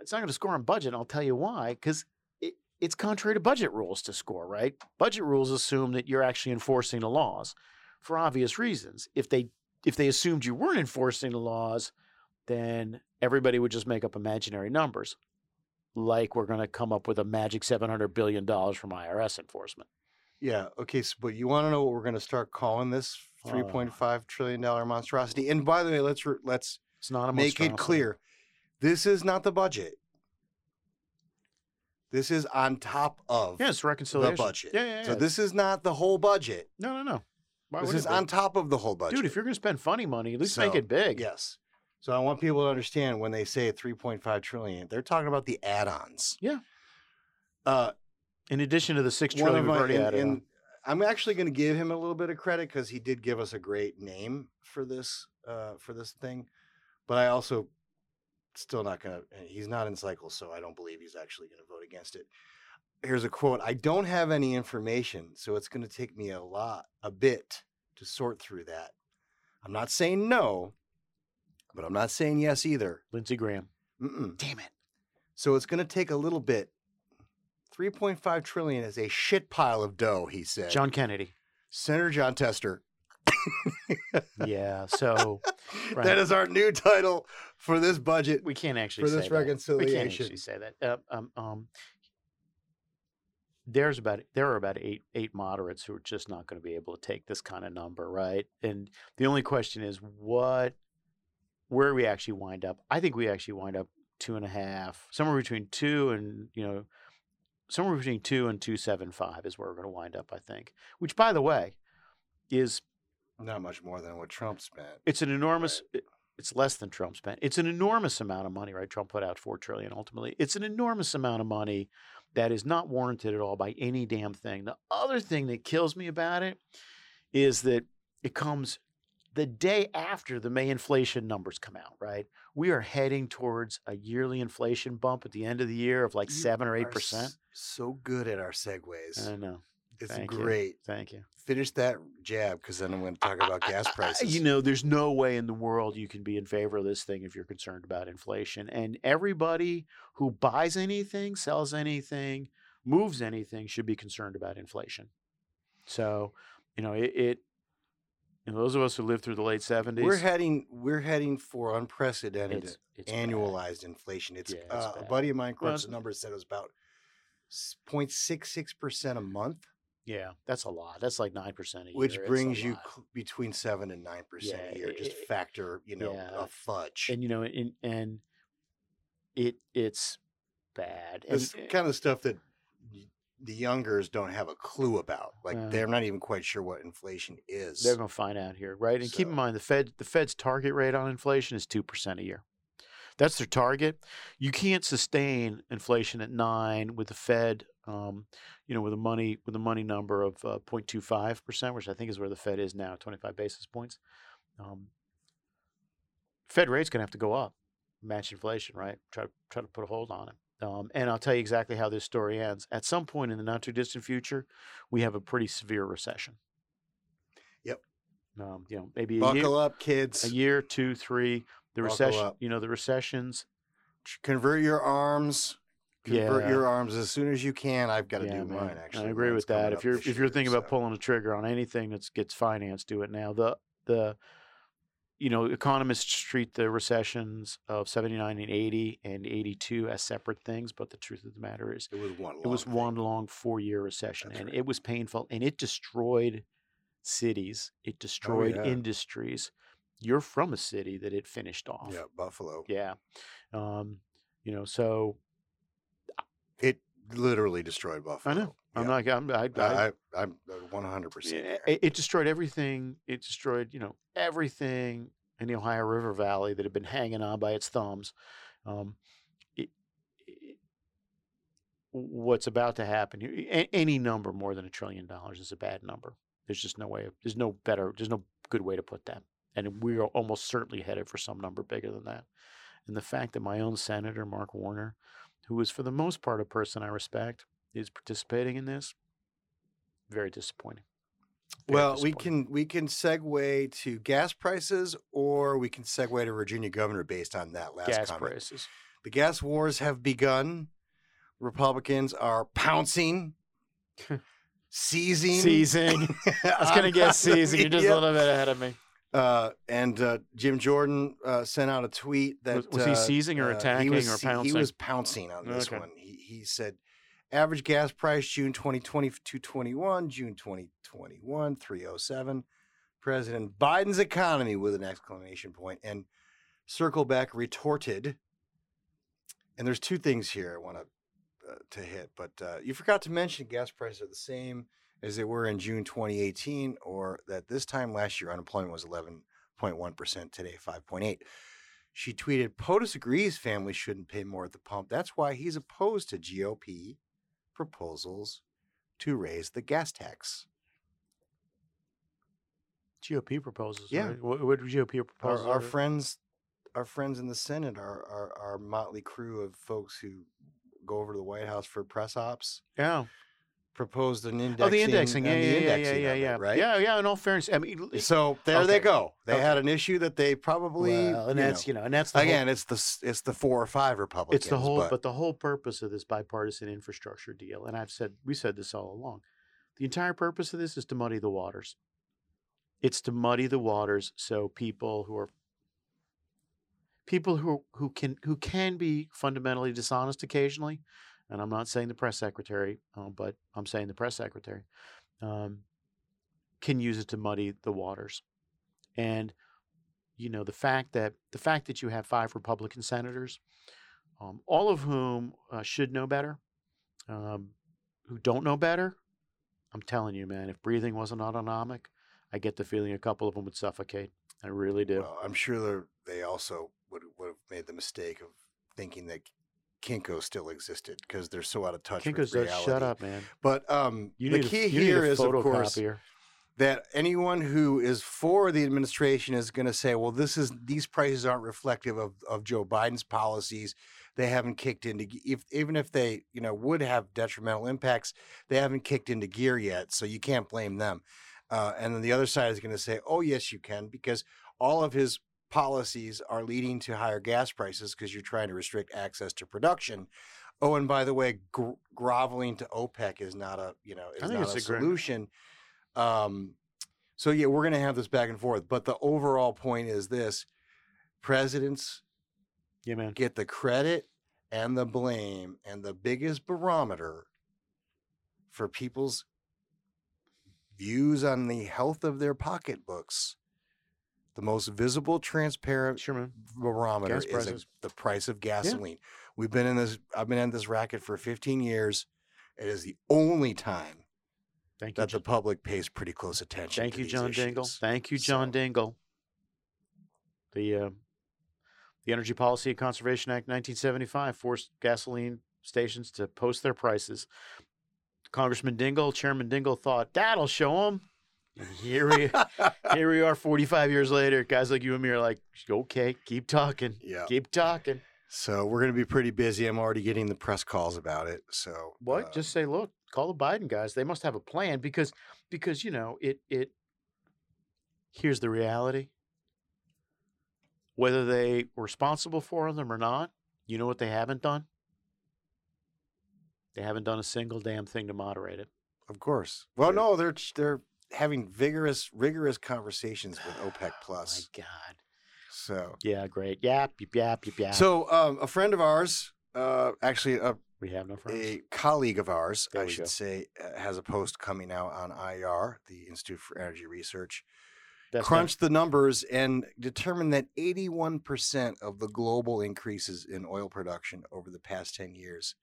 Speaker 2: It's not going to score on budget. and I'll tell you why cuz it, it's contrary to budget rules to score, right? Budget rules assume that you're actually enforcing the laws for obvious reasons. If they if they assumed you weren't enforcing the laws, then everybody would just make up imaginary numbers. Like we're going to come up with a magic 700 billion dollars from IRS enforcement.
Speaker 1: Yeah. Okay. So, but you want to know what we're going to start calling this
Speaker 2: Uh.
Speaker 1: three point five trillion dollar monstrosity? And by the way, let's re- let's
Speaker 2: It's not a
Speaker 1: make it
Speaker 2: monstrosity.
Speaker 1: clear, this is not the budget. This is on top of
Speaker 2: Yeah, it's
Speaker 1: the
Speaker 2: reconciliation.
Speaker 1: budget.
Speaker 2: Yeah, yeah, yeah.
Speaker 1: So this is not the whole budget.
Speaker 2: No, no, no. Why
Speaker 1: this
Speaker 2: would
Speaker 1: is
Speaker 2: it be?
Speaker 1: on top of the whole budget.
Speaker 2: Dude, if you're going to spend funny money, at least make
Speaker 1: So,
Speaker 2: it big.
Speaker 1: yes. So I want people to understand when they say three point five trillion, they're talking about the add-ons.
Speaker 2: Yeah.
Speaker 1: Uh,
Speaker 2: In addition to the six
Speaker 1: one
Speaker 2: trillion
Speaker 1: of
Speaker 2: we've
Speaker 1: my-
Speaker 2: already uh,
Speaker 1: and-
Speaker 2: added. on.
Speaker 1: and I'm actually going to give him a little bit of credit because he did give us a great name for this uh, for this thing, but I also still not going to. He's not in cycle, so I don't believe he's actually going to vote against it. Here's a quote: "I don't have any information, so it's going to take me a lot, a bit, to sort through that. I'm not saying no, but I'm not saying yes either.
Speaker 2: Lindsey Graham.
Speaker 1: Mm-mm.
Speaker 2: Damn it.
Speaker 1: So it's going to take a little bit." 3.5 trillion is a shit pile of dough, he said.
Speaker 2: John Kennedy.
Speaker 1: Senator John Tester.
Speaker 2: Yeah. So Right.
Speaker 1: That is our new title for this budget.
Speaker 2: we can't actually
Speaker 1: For
Speaker 2: say
Speaker 1: this
Speaker 2: that. We can't
Speaker 1: reconciliation.
Speaker 2: actually say that. Uh, um, um, there's about there are about eight eight moderates who are just not going to be able to take this kind of number, right? And the only question is what where we actually wind up. I think we actually wind up two and a half, somewhere between two and you know, somewhere between two and two seven five is where we're going to wind up. I think. Which, by the way, is
Speaker 1: Not much more than what Trump spent.
Speaker 2: It's an enormous. it- It's less than Trump spent. It's an enormous amount of money, right? Trump put out four trillion ultimately. It's an enormous amount of money that is not warranted at all by any damn thing. The other thing that kills me about it is that it comes the day after the May inflation numbers come out, right? We are heading towards a yearly inflation bump at the end of the year of like
Speaker 1: You
Speaker 2: seven or
Speaker 1: are
Speaker 2: eight percent.
Speaker 1: s- So good at our segues.
Speaker 2: I know.
Speaker 1: it's
Speaker 2: thank you.
Speaker 1: great.
Speaker 2: Thank you.
Speaker 1: Finish that jab because then I'm going to talk about
Speaker 2: I-
Speaker 1: gas
Speaker 2: I- I-
Speaker 1: prices.
Speaker 2: You know, there's no way in the world you can be in favor of this thing if you're concerned about inflation. And everybody who buys anything, sells anything, moves anything should be concerned about inflation. So, you know, it, it you know, those of us who lived through the late 70s,
Speaker 1: we're heading we're heading for unprecedented
Speaker 2: it's, it's bad.
Speaker 1: annualized inflation. It's,
Speaker 2: Yeah, it's
Speaker 1: uh, a
Speaker 2: bad.
Speaker 1: buddy of mine
Speaker 2: Well,
Speaker 1: crunched the numbers said it was about 0.66 percent a month,
Speaker 2: Yeah, that's a lot. That's like 9% a year.
Speaker 1: which
Speaker 2: It's a
Speaker 1: brings you
Speaker 2: lot.
Speaker 1: cl- between seven and nine percent
Speaker 2: Yeah,
Speaker 1: a year. Just
Speaker 2: it-
Speaker 1: factor, you know,
Speaker 2: yeah.
Speaker 1: a fudge.
Speaker 2: and you know, and and it it's bad. And-
Speaker 1: It's kind of stuff that y- the youngers don't have a clue about. Like
Speaker 2: Uh,
Speaker 1: they're not even quite sure what inflation is.
Speaker 2: They're going to find out here, right? And keep in
Speaker 1: So-
Speaker 2: mind the Fed the Fed's target rate on inflation is 2% a year. That's their target. You can't sustain inflation at 9 with the Fed um, you know, with a money with a money number of uh, 0.25%, which I think is where the Fed is now, 25 basis points. Um, Fed rate's going to have to go up, match inflation, right? Try to try to put a hold on it. Um, and I'll tell you exactly how this story ends. At some point in the not too distant future, we have a pretty severe recession.
Speaker 1: Yep.
Speaker 2: Um, you uh, know, maybe a year,
Speaker 1: Buckle up, kids.
Speaker 2: a year, two, three. The
Speaker 1: Buckle
Speaker 2: recession,
Speaker 1: up.
Speaker 2: you know, the recessions.
Speaker 1: Tr- Convert your arms. Convert
Speaker 2: Yeah.
Speaker 1: your arms as soon as you can. I've got to
Speaker 2: Yeah,
Speaker 1: do
Speaker 2: man.
Speaker 1: mine. Actually,
Speaker 2: I agree
Speaker 1: Mine's
Speaker 2: with
Speaker 1: coming
Speaker 2: that.
Speaker 1: up
Speaker 2: If you're
Speaker 1: this
Speaker 2: if you're
Speaker 1: year,
Speaker 2: thinking about
Speaker 1: so-
Speaker 2: pulling a trigger on anything that's gets financed, do it now. The the you know economists treat the recessions of 79 and 80 and 82 as separate things but the truth of the matter is
Speaker 1: it was one.
Speaker 2: it was
Speaker 1: long thing.
Speaker 2: one long four year recession
Speaker 1: That's
Speaker 2: and
Speaker 1: right.
Speaker 2: it was painful and it destroyed cities it destroyed
Speaker 1: Oh, yeah.
Speaker 2: industries you're from a city that it finished off
Speaker 1: Yeah, Buffalo.
Speaker 2: yeah um you know so
Speaker 1: It literally destroyed Buffalo.
Speaker 2: i'm
Speaker 1: Yeah.
Speaker 2: not i'm uh, I, I,
Speaker 1: I, I, I'm 100. percent
Speaker 2: Yeah, It, it destroyed everything. It destroyed, you know, everything in the Ohio River Valley that had been hanging on by its thumbs. Um, it, it- what's about to happen here? a- Any number more than a trillion dollars is a bad number. There's just no way. of- There's no better. There's no good way to put that. And we are almost certainly headed for some number bigger than that. And the fact that my own senator Mark Warner, who is for the most part a person I respect, is participating in this, very disappointing. Very
Speaker 1: Well, we
Speaker 2: disappointing.
Speaker 1: can we can segue to gas prices, or we can segue to Virginia governor based on that last
Speaker 2: gas
Speaker 1: comment.
Speaker 2: prices.
Speaker 1: The gas wars have begun. Republicans are pouncing, seizing,
Speaker 2: Seizing. I was gonna
Speaker 1: on
Speaker 2: guess seizing. You're just
Speaker 1: media.
Speaker 2: a little bit ahead of me.
Speaker 1: Uh, and uh, Jim Jordan uh, sent out a tweet that
Speaker 2: was was he
Speaker 1: uh,
Speaker 2: seizing or
Speaker 1: uh,
Speaker 2: attacking
Speaker 1: he was,
Speaker 2: or
Speaker 1: se-
Speaker 2: pouncing?
Speaker 1: He was pouncing on this
Speaker 2: Okay.
Speaker 1: one. He, he said, average gas price June 2020 to 21, June 2021, 307. President Biden's economy with an exclamation point. And Circleback retorted. And there's two things here I want to uh, to hit, but uh, you forgot to mention gas prices are the same as they were in June 2018, or that this time last year unemployment was 11.1%, today 5.8. She tweeted, POTUS agrees families shouldn't pay more at the pump. That's why he's opposed to GOP proposals to raise the gas tax.
Speaker 2: GOP proposals.
Speaker 1: Yeah.
Speaker 2: Yeah. What, what GOP
Speaker 1: Our,
Speaker 2: proposals?
Speaker 1: our
Speaker 2: are-
Speaker 1: friends, our friends in the Senate, our, our our motley crew of folks who go over to the White House for press ops,
Speaker 2: Yeah.
Speaker 1: proposed an indexing.
Speaker 2: Oh, the indexing. Yeah,
Speaker 1: and the
Speaker 2: yeah, yeah, yeah,
Speaker 1: indexing
Speaker 2: yeah,
Speaker 1: of it,
Speaker 2: yeah.
Speaker 1: right.
Speaker 2: Yeah, yeah. In all fairness, I mean, l-
Speaker 1: So there they
Speaker 2: Okay.
Speaker 1: go. They
Speaker 2: Okay.
Speaker 1: had an issue that they probably
Speaker 2: well, and
Speaker 1: you
Speaker 2: that's
Speaker 1: know,
Speaker 2: you know, and that's the whole-
Speaker 1: again, it's the s- it's the four or five Republicans.
Speaker 2: it's the whole, but, the whole purpose of this bipartisan infrastructure deal, and I've said we said this all along, the entire purpose of this is to muddy the waters. It's to muddy the waters so people who are people who who can who can be fundamentally dishonest occasionally, and I'm not saying the press secretary, um, but I'm saying the press secretary, um, can use it to muddy the waters, and you know the fact that the fact that you have five Republican senators um, all of whom uh, should know better, um, who don't know better. I'm telling you, man, if breathing wasn't autonomic, I get the feeling a couple of them would suffocate. I really do.
Speaker 1: Well, I'm sure they're, they also would would have made the mistake of thinking that Kinko still existed because they're so out of touch
Speaker 2: Kinko
Speaker 1: with
Speaker 2: says,
Speaker 1: reality.
Speaker 2: "Shut up, man."
Speaker 1: But um,
Speaker 2: You
Speaker 1: the
Speaker 2: need
Speaker 1: key
Speaker 2: a, you need
Speaker 1: here
Speaker 2: a
Speaker 1: is, of course,
Speaker 2: photocopier.
Speaker 1: that anyone who is for the administration is going to say, "Well, this is these prices aren't reflective of of Joe Biden's policies. They haven't kicked into g- if even if they you know would have detrimental impacts, they haven't kicked into gear yet. So you can't blame them." Uh, and then the other side is going to say, "Oh, yes, you can," because all of his policies are leading to higher gas prices because you're trying to restrict access to production. Oh, and by the way, gr- groveling to OPEC is not a you know
Speaker 2: I
Speaker 1: is
Speaker 2: think
Speaker 1: not
Speaker 2: it's
Speaker 1: a
Speaker 2: a great-
Speaker 1: solution. Um, so yeah, we're going to have this back and forth. But the overall point is this: presidents
Speaker 2: Yeah, man.
Speaker 1: get the credit and the blame, and the biggest barometer for people's views on the health of their pocketbooks. The most visible, transparent
Speaker 2: Sure, man.
Speaker 1: barometer
Speaker 2: Gas
Speaker 1: is a-
Speaker 2: prices.
Speaker 1: the price of gasoline. We've been in this. I've been in this racket for 15 years. It is the only time
Speaker 2: Thank you.
Speaker 1: that the
Speaker 2: John.
Speaker 1: public pays pretty close attention.
Speaker 2: Thank
Speaker 1: to
Speaker 2: you,
Speaker 1: these
Speaker 2: John Dingle.
Speaker 1: issues.
Speaker 2: Thank you, John
Speaker 1: So-
Speaker 2: Dingle. The uh, the Energy Policy and Conservation Act 1975 forced gasoline stations to post their prices. Congressman Dingle, Chairman Dingle thought that'll show them. Here we here we are, 45 years later. Guys like you and me are like, okay, keep talking,
Speaker 1: yeah.
Speaker 2: keep talking.
Speaker 1: So we're going to be pretty busy. I'm already getting the press calls about it. So
Speaker 2: What?
Speaker 1: uh,
Speaker 2: Just say, look, call the Biden guys. They must have a plan because because you know it it. Here's the reality. Whether they were responsible for them or not, you know what they haven't done. They haven't done a single damn thing to moderate it.
Speaker 1: of course. Well,
Speaker 2: Yeah.
Speaker 1: no, they're they're having vigorous, rigorous conversations with OPEC Plus.
Speaker 2: Oh My God.
Speaker 1: So
Speaker 2: Yeah, great. Yap, yap, yap, yap, yap.
Speaker 1: so um, a friend of ours, uh, actually a
Speaker 2: we have no friends.
Speaker 1: a colleague of ours,
Speaker 2: There
Speaker 1: I
Speaker 2: we
Speaker 1: should
Speaker 2: go.
Speaker 1: say, uh, has a post coming out on IR, the Institute for Energy Research,
Speaker 2: That's not-
Speaker 1: crunched the numbers and determined that 81% of the global increases in oil production over the past 10 years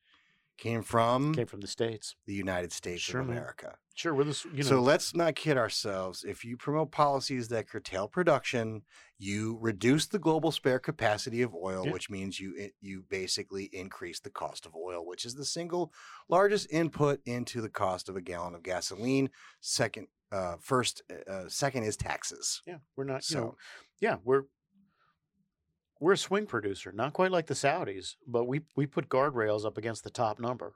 Speaker 1: came from
Speaker 2: came from the states.
Speaker 1: the United States
Speaker 2: Sure,
Speaker 1: of
Speaker 2: man.
Speaker 1: America.
Speaker 2: Sure, we're the s- you know.
Speaker 1: so let's not kid ourselves. If you promote policies that curtail production, you reduce the global spare capacity of oil,
Speaker 2: Yeah.
Speaker 1: which means you i- you basically increase the cost of oil, which is the single largest input into the cost of a gallon of gasoline. Second, uh, first, uh, uh, second is taxes.
Speaker 2: yeah, we're not. Uh, You
Speaker 1: So
Speaker 2: know, yeah, we're we're a swing producer, not quite like the Saudis, but we we put guardrails up against the top number,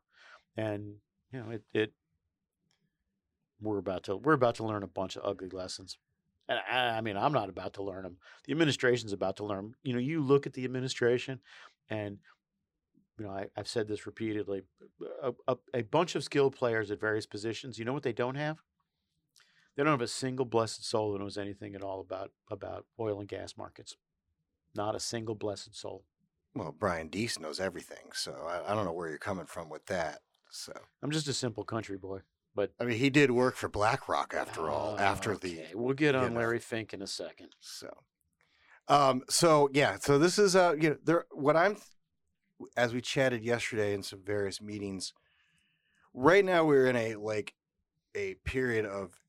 Speaker 2: and you know it it we're about to we're about to learn a bunch of ugly lessons, and I, I mean I'm not about to learn them. The administration's about to learn. 'em. You know, you look at the administration, and you know I, I've said this repeatedly, a, a, a bunch of skilled players at various positions. You know what they don't have? They don't have a single blessed soul that knows anything at all about about oil and gas markets. Not a single blessed soul.
Speaker 1: well, Brian Deese knows everything, so I, I don't know where you're coming from with that. So
Speaker 2: I'm just a simple country boy. But
Speaker 1: I mean, he did work for BlackRock after all. After the
Speaker 2: Ah, Okay, we'll get
Speaker 1: you
Speaker 2: on
Speaker 1: know.
Speaker 2: Larry Fink in a second.
Speaker 1: So, um, so yeah, so this is uh, you know, there. What I'm, as we chatted yesterday in some various meetings, right now we're in a like, a period of,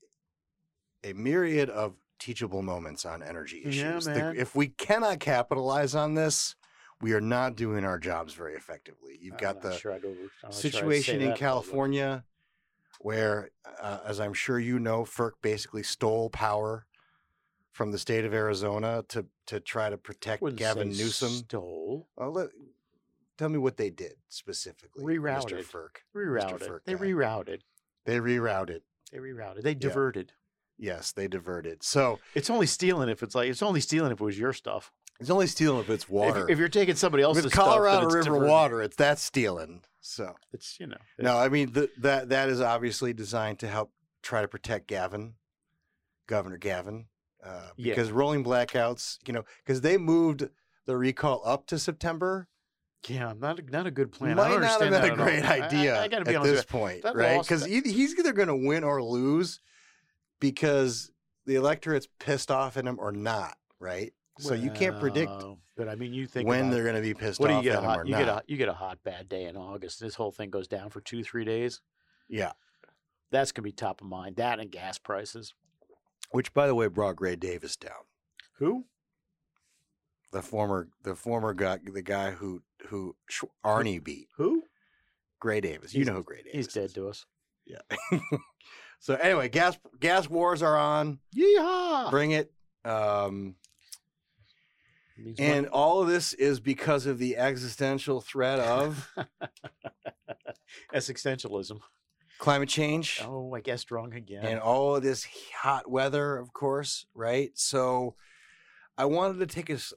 Speaker 1: a myriad of teachable moments on energy issues.
Speaker 2: Yeah,
Speaker 1: The-
Speaker 2: man.
Speaker 1: if we cannot capitalize on this, we are not doing our jobs very effectively. You've
Speaker 2: I'm
Speaker 1: got
Speaker 2: not
Speaker 1: the
Speaker 2: sure I'd over- I'm not sure I'd say
Speaker 1: situation in
Speaker 2: that publicly.
Speaker 1: California where, uh, as I'm sure you know, FERC basically stole power from the state of Arizona to to try to protect
Speaker 2: Wouldn't
Speaker 1: Gavin
Speaker 2: say
Speaker 1: Newsom.
Speaker 2: stole,
Speaker 1: Well, let- tell me what they did specifically, Mr.
Speaker 2: Rerouted.
Speaker 1: FERC.
Speaker 2: rerouted.
Speaker 1: Furk
Speaker 2: They
Speaker 1: guy.
Speaker 2: rerouted.
Speaker 1: They rerouted.
Speaker 2: They rerouted. They diverted.
Speaker 1: Yes, they diverted. So
Speaker 2: It's only stealing if it's like it's only stealing if it was your stuff.
Speaker 1: it's only stealing if it's
Speaker 2: If-
Speaker 1: water.
Speaker 2: If, you're taking somebody
Speaker 1: If
Speaker 2: else's
Speaker 1: it's
Speaker 2: stuff, then
Speaker 1: Colorado
Speaker 2: it's
Speaker 1: River
Speaker 2: diverted.
Speaker 1: water, it's that stealing. So
Speaker 2: It's you know.
Speaker 1: No, I mean th- that that is obviously designed to help try to protect Gavin, Governor Gavin, uh,
Speaker 2: Yeah.
Speaker 1: because rolling blackouts, you know, because they moved the recall up to September.
Speaker 2: Yeah, not a, not a good plan. I
Speaker 1: Might
Speaker 2: don't
Speaker 1: not have
Speaker 2: understand
Speaker 1: been a
Speaker 2: that at all.
Speaker 1: great
Speaker 2: I- I-
Speaker 1: idea
Speaker 2: I, gotta be
Speaker 1: at
Speaker 2: honest. with
Speaker 1: this
Speaker 2: you.
Speaker 1: point,
Speaker 2: That
Speaker 1: right?
Speaker 2: loss-
Speaker 1: Because he's either going to win or lose because the electorate's pissed off at him or not, right? So you can't predict
Speaker 2: Well, But I mean, you think
Speaker 1: when
Speaker 2: about
Speaker 1: they're going to be pissed
Speaker 2: what do you
Speaker 1: off
Speaker 2: get?
Speaker 1: at
Speaker 2: A
Speaker 1: him or
Speaker 2: hot, you
Speaker 1: not.
Speaker 2: get a you get a hot bad day in August. This whole thing goes down for two three days.
Speaker 1: yeah.
Speaker 2: That's gonna be top of mind. That and gas prices.
Speaker 1: which by the way brought Gray Davis down.
Speaker 2: Who?
Speaker 1: The former, the former guy, the guy who who Sh- Arnie beat,
Speaker 2: Who?
Speaker 1: Gray Davis. You
Speaker 2: He's-
Speaker 1: know who Gray Davis.
Speaker 2: He's dead
Speaker 1: is.
Speaker 2: to us.
Speaker 1: Yeah. so anyway, gas gas wars are on.
Speaker 2: Yeehaw!
Speaker 1: Bring it. Um,
Speaker 2: Means what?
Speaker 1: and all of this is because of the existential threat of
Speaker 2: existentialism.
Speaker 1: climate change.
Speaker 2: Oh, I guessed wrong again. Oh,
Speaker 1: and all of this hot weather, of course, right? So I wanted to take us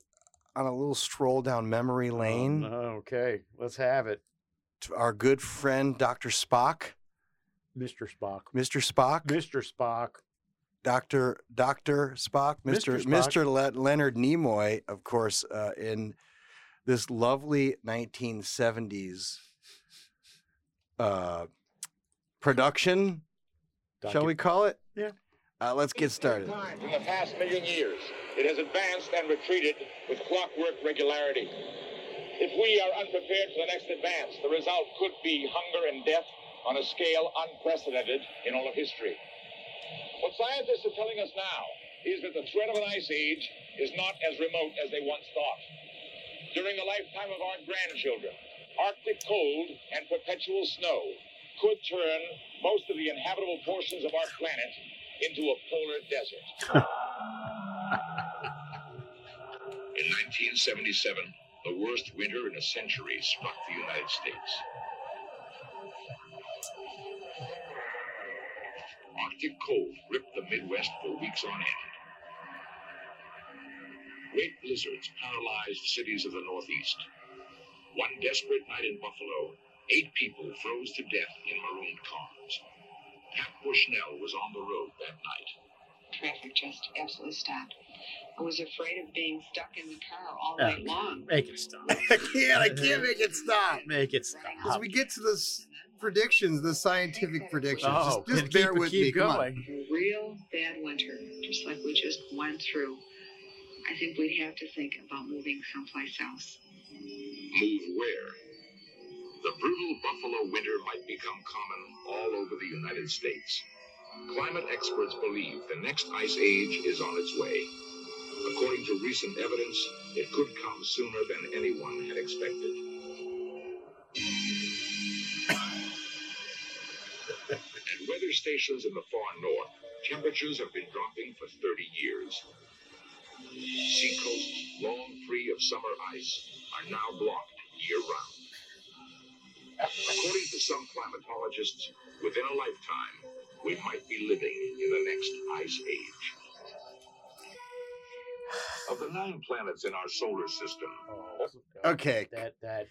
Speaker 1: on a little stroll down memory
Speaker 2: Oh,
Speaker 1: lane
Speaker 2: no, okay, let's have it,
Speaker 1: to our good friend Dr. Spock,
Speaker 2: Mr. Spock.
Speaker 1: Mr. Spock,
Speaker 2: Mr. Spock.
Speaker 1: Dr. Dr. Spock, Mr.
Speaker 2: Mr.
Speaker 1: Mr.
Speaker 2: Spock.
Speaker 1: Le- Leonard Nimoy, of course, uh, in this lovely 1970s uh, production, shall
Speaker 2: Docu-
Speaker 1: we call it?
Speaker 2: Yeah.
Speaker 1: Uh, let's get started.
Speaker 5: From the past million years, it has advanced and retreated with clockwork regularity. If we are unprepared for the next advance, the result could be hunger and death on a scale unprecedented in all of history. What scientists are telling us now is that the threat of an ice age is not as remote as they once thought. During the lifetime of our grandchildren, Arctic cold and perpetual snow could turn most of the inhabitable portions of our planet into a polar desert. in 1977, the worst winter in a century struck the United States. Arctic cold ripped the Midwest for weeks on end. Great blizzards paralyzed cities of the Northeast. One desperate night in Buffalo, eight people froze to death in marooned cars. Pat Bushnell was on the road that night.
Speaker 6: traffic just absolutely stopped. I was afraid of being stuck in the car all
Speaker 2: Oh,
Speaker 6: night long.
Speaker 2: Make it stop.
Speaker 1: I can't, I can't make it stop.
Speaker 2: Make it
Speaker 1: As
Speaker 2: stop.
Speaker 1: we get to the s- predictions, the scientific predictions,
Speaker 2: Oh,
Speaker 1: just,
Speaker 2: keep,
Speaker 1: just bear with
Speaker 2: keep
Speaker 1: me. Come on.
Speaker 2: going.
Speaker 6: A real bad winter, just like we just went through. I think we'd have to think about moving someplace else.
Speaker 5: Move where? The brutal Buffalo winter might become common all over the United States. Climate experts believe the next ice age is on its way. According to recent evidence, it could come sooner than anyone had expected. At weather stations in the far north, temperatures have been dropping for 30 years. Seacoasts, long free of summer ice, are now blocked year round. According to some climatologists, within a lifetime, we might be living in the next ice age. Of the nine planets in our solar system,
Speaker 2: Oh,
Speaker 1: Okay.
Speaker 2: That that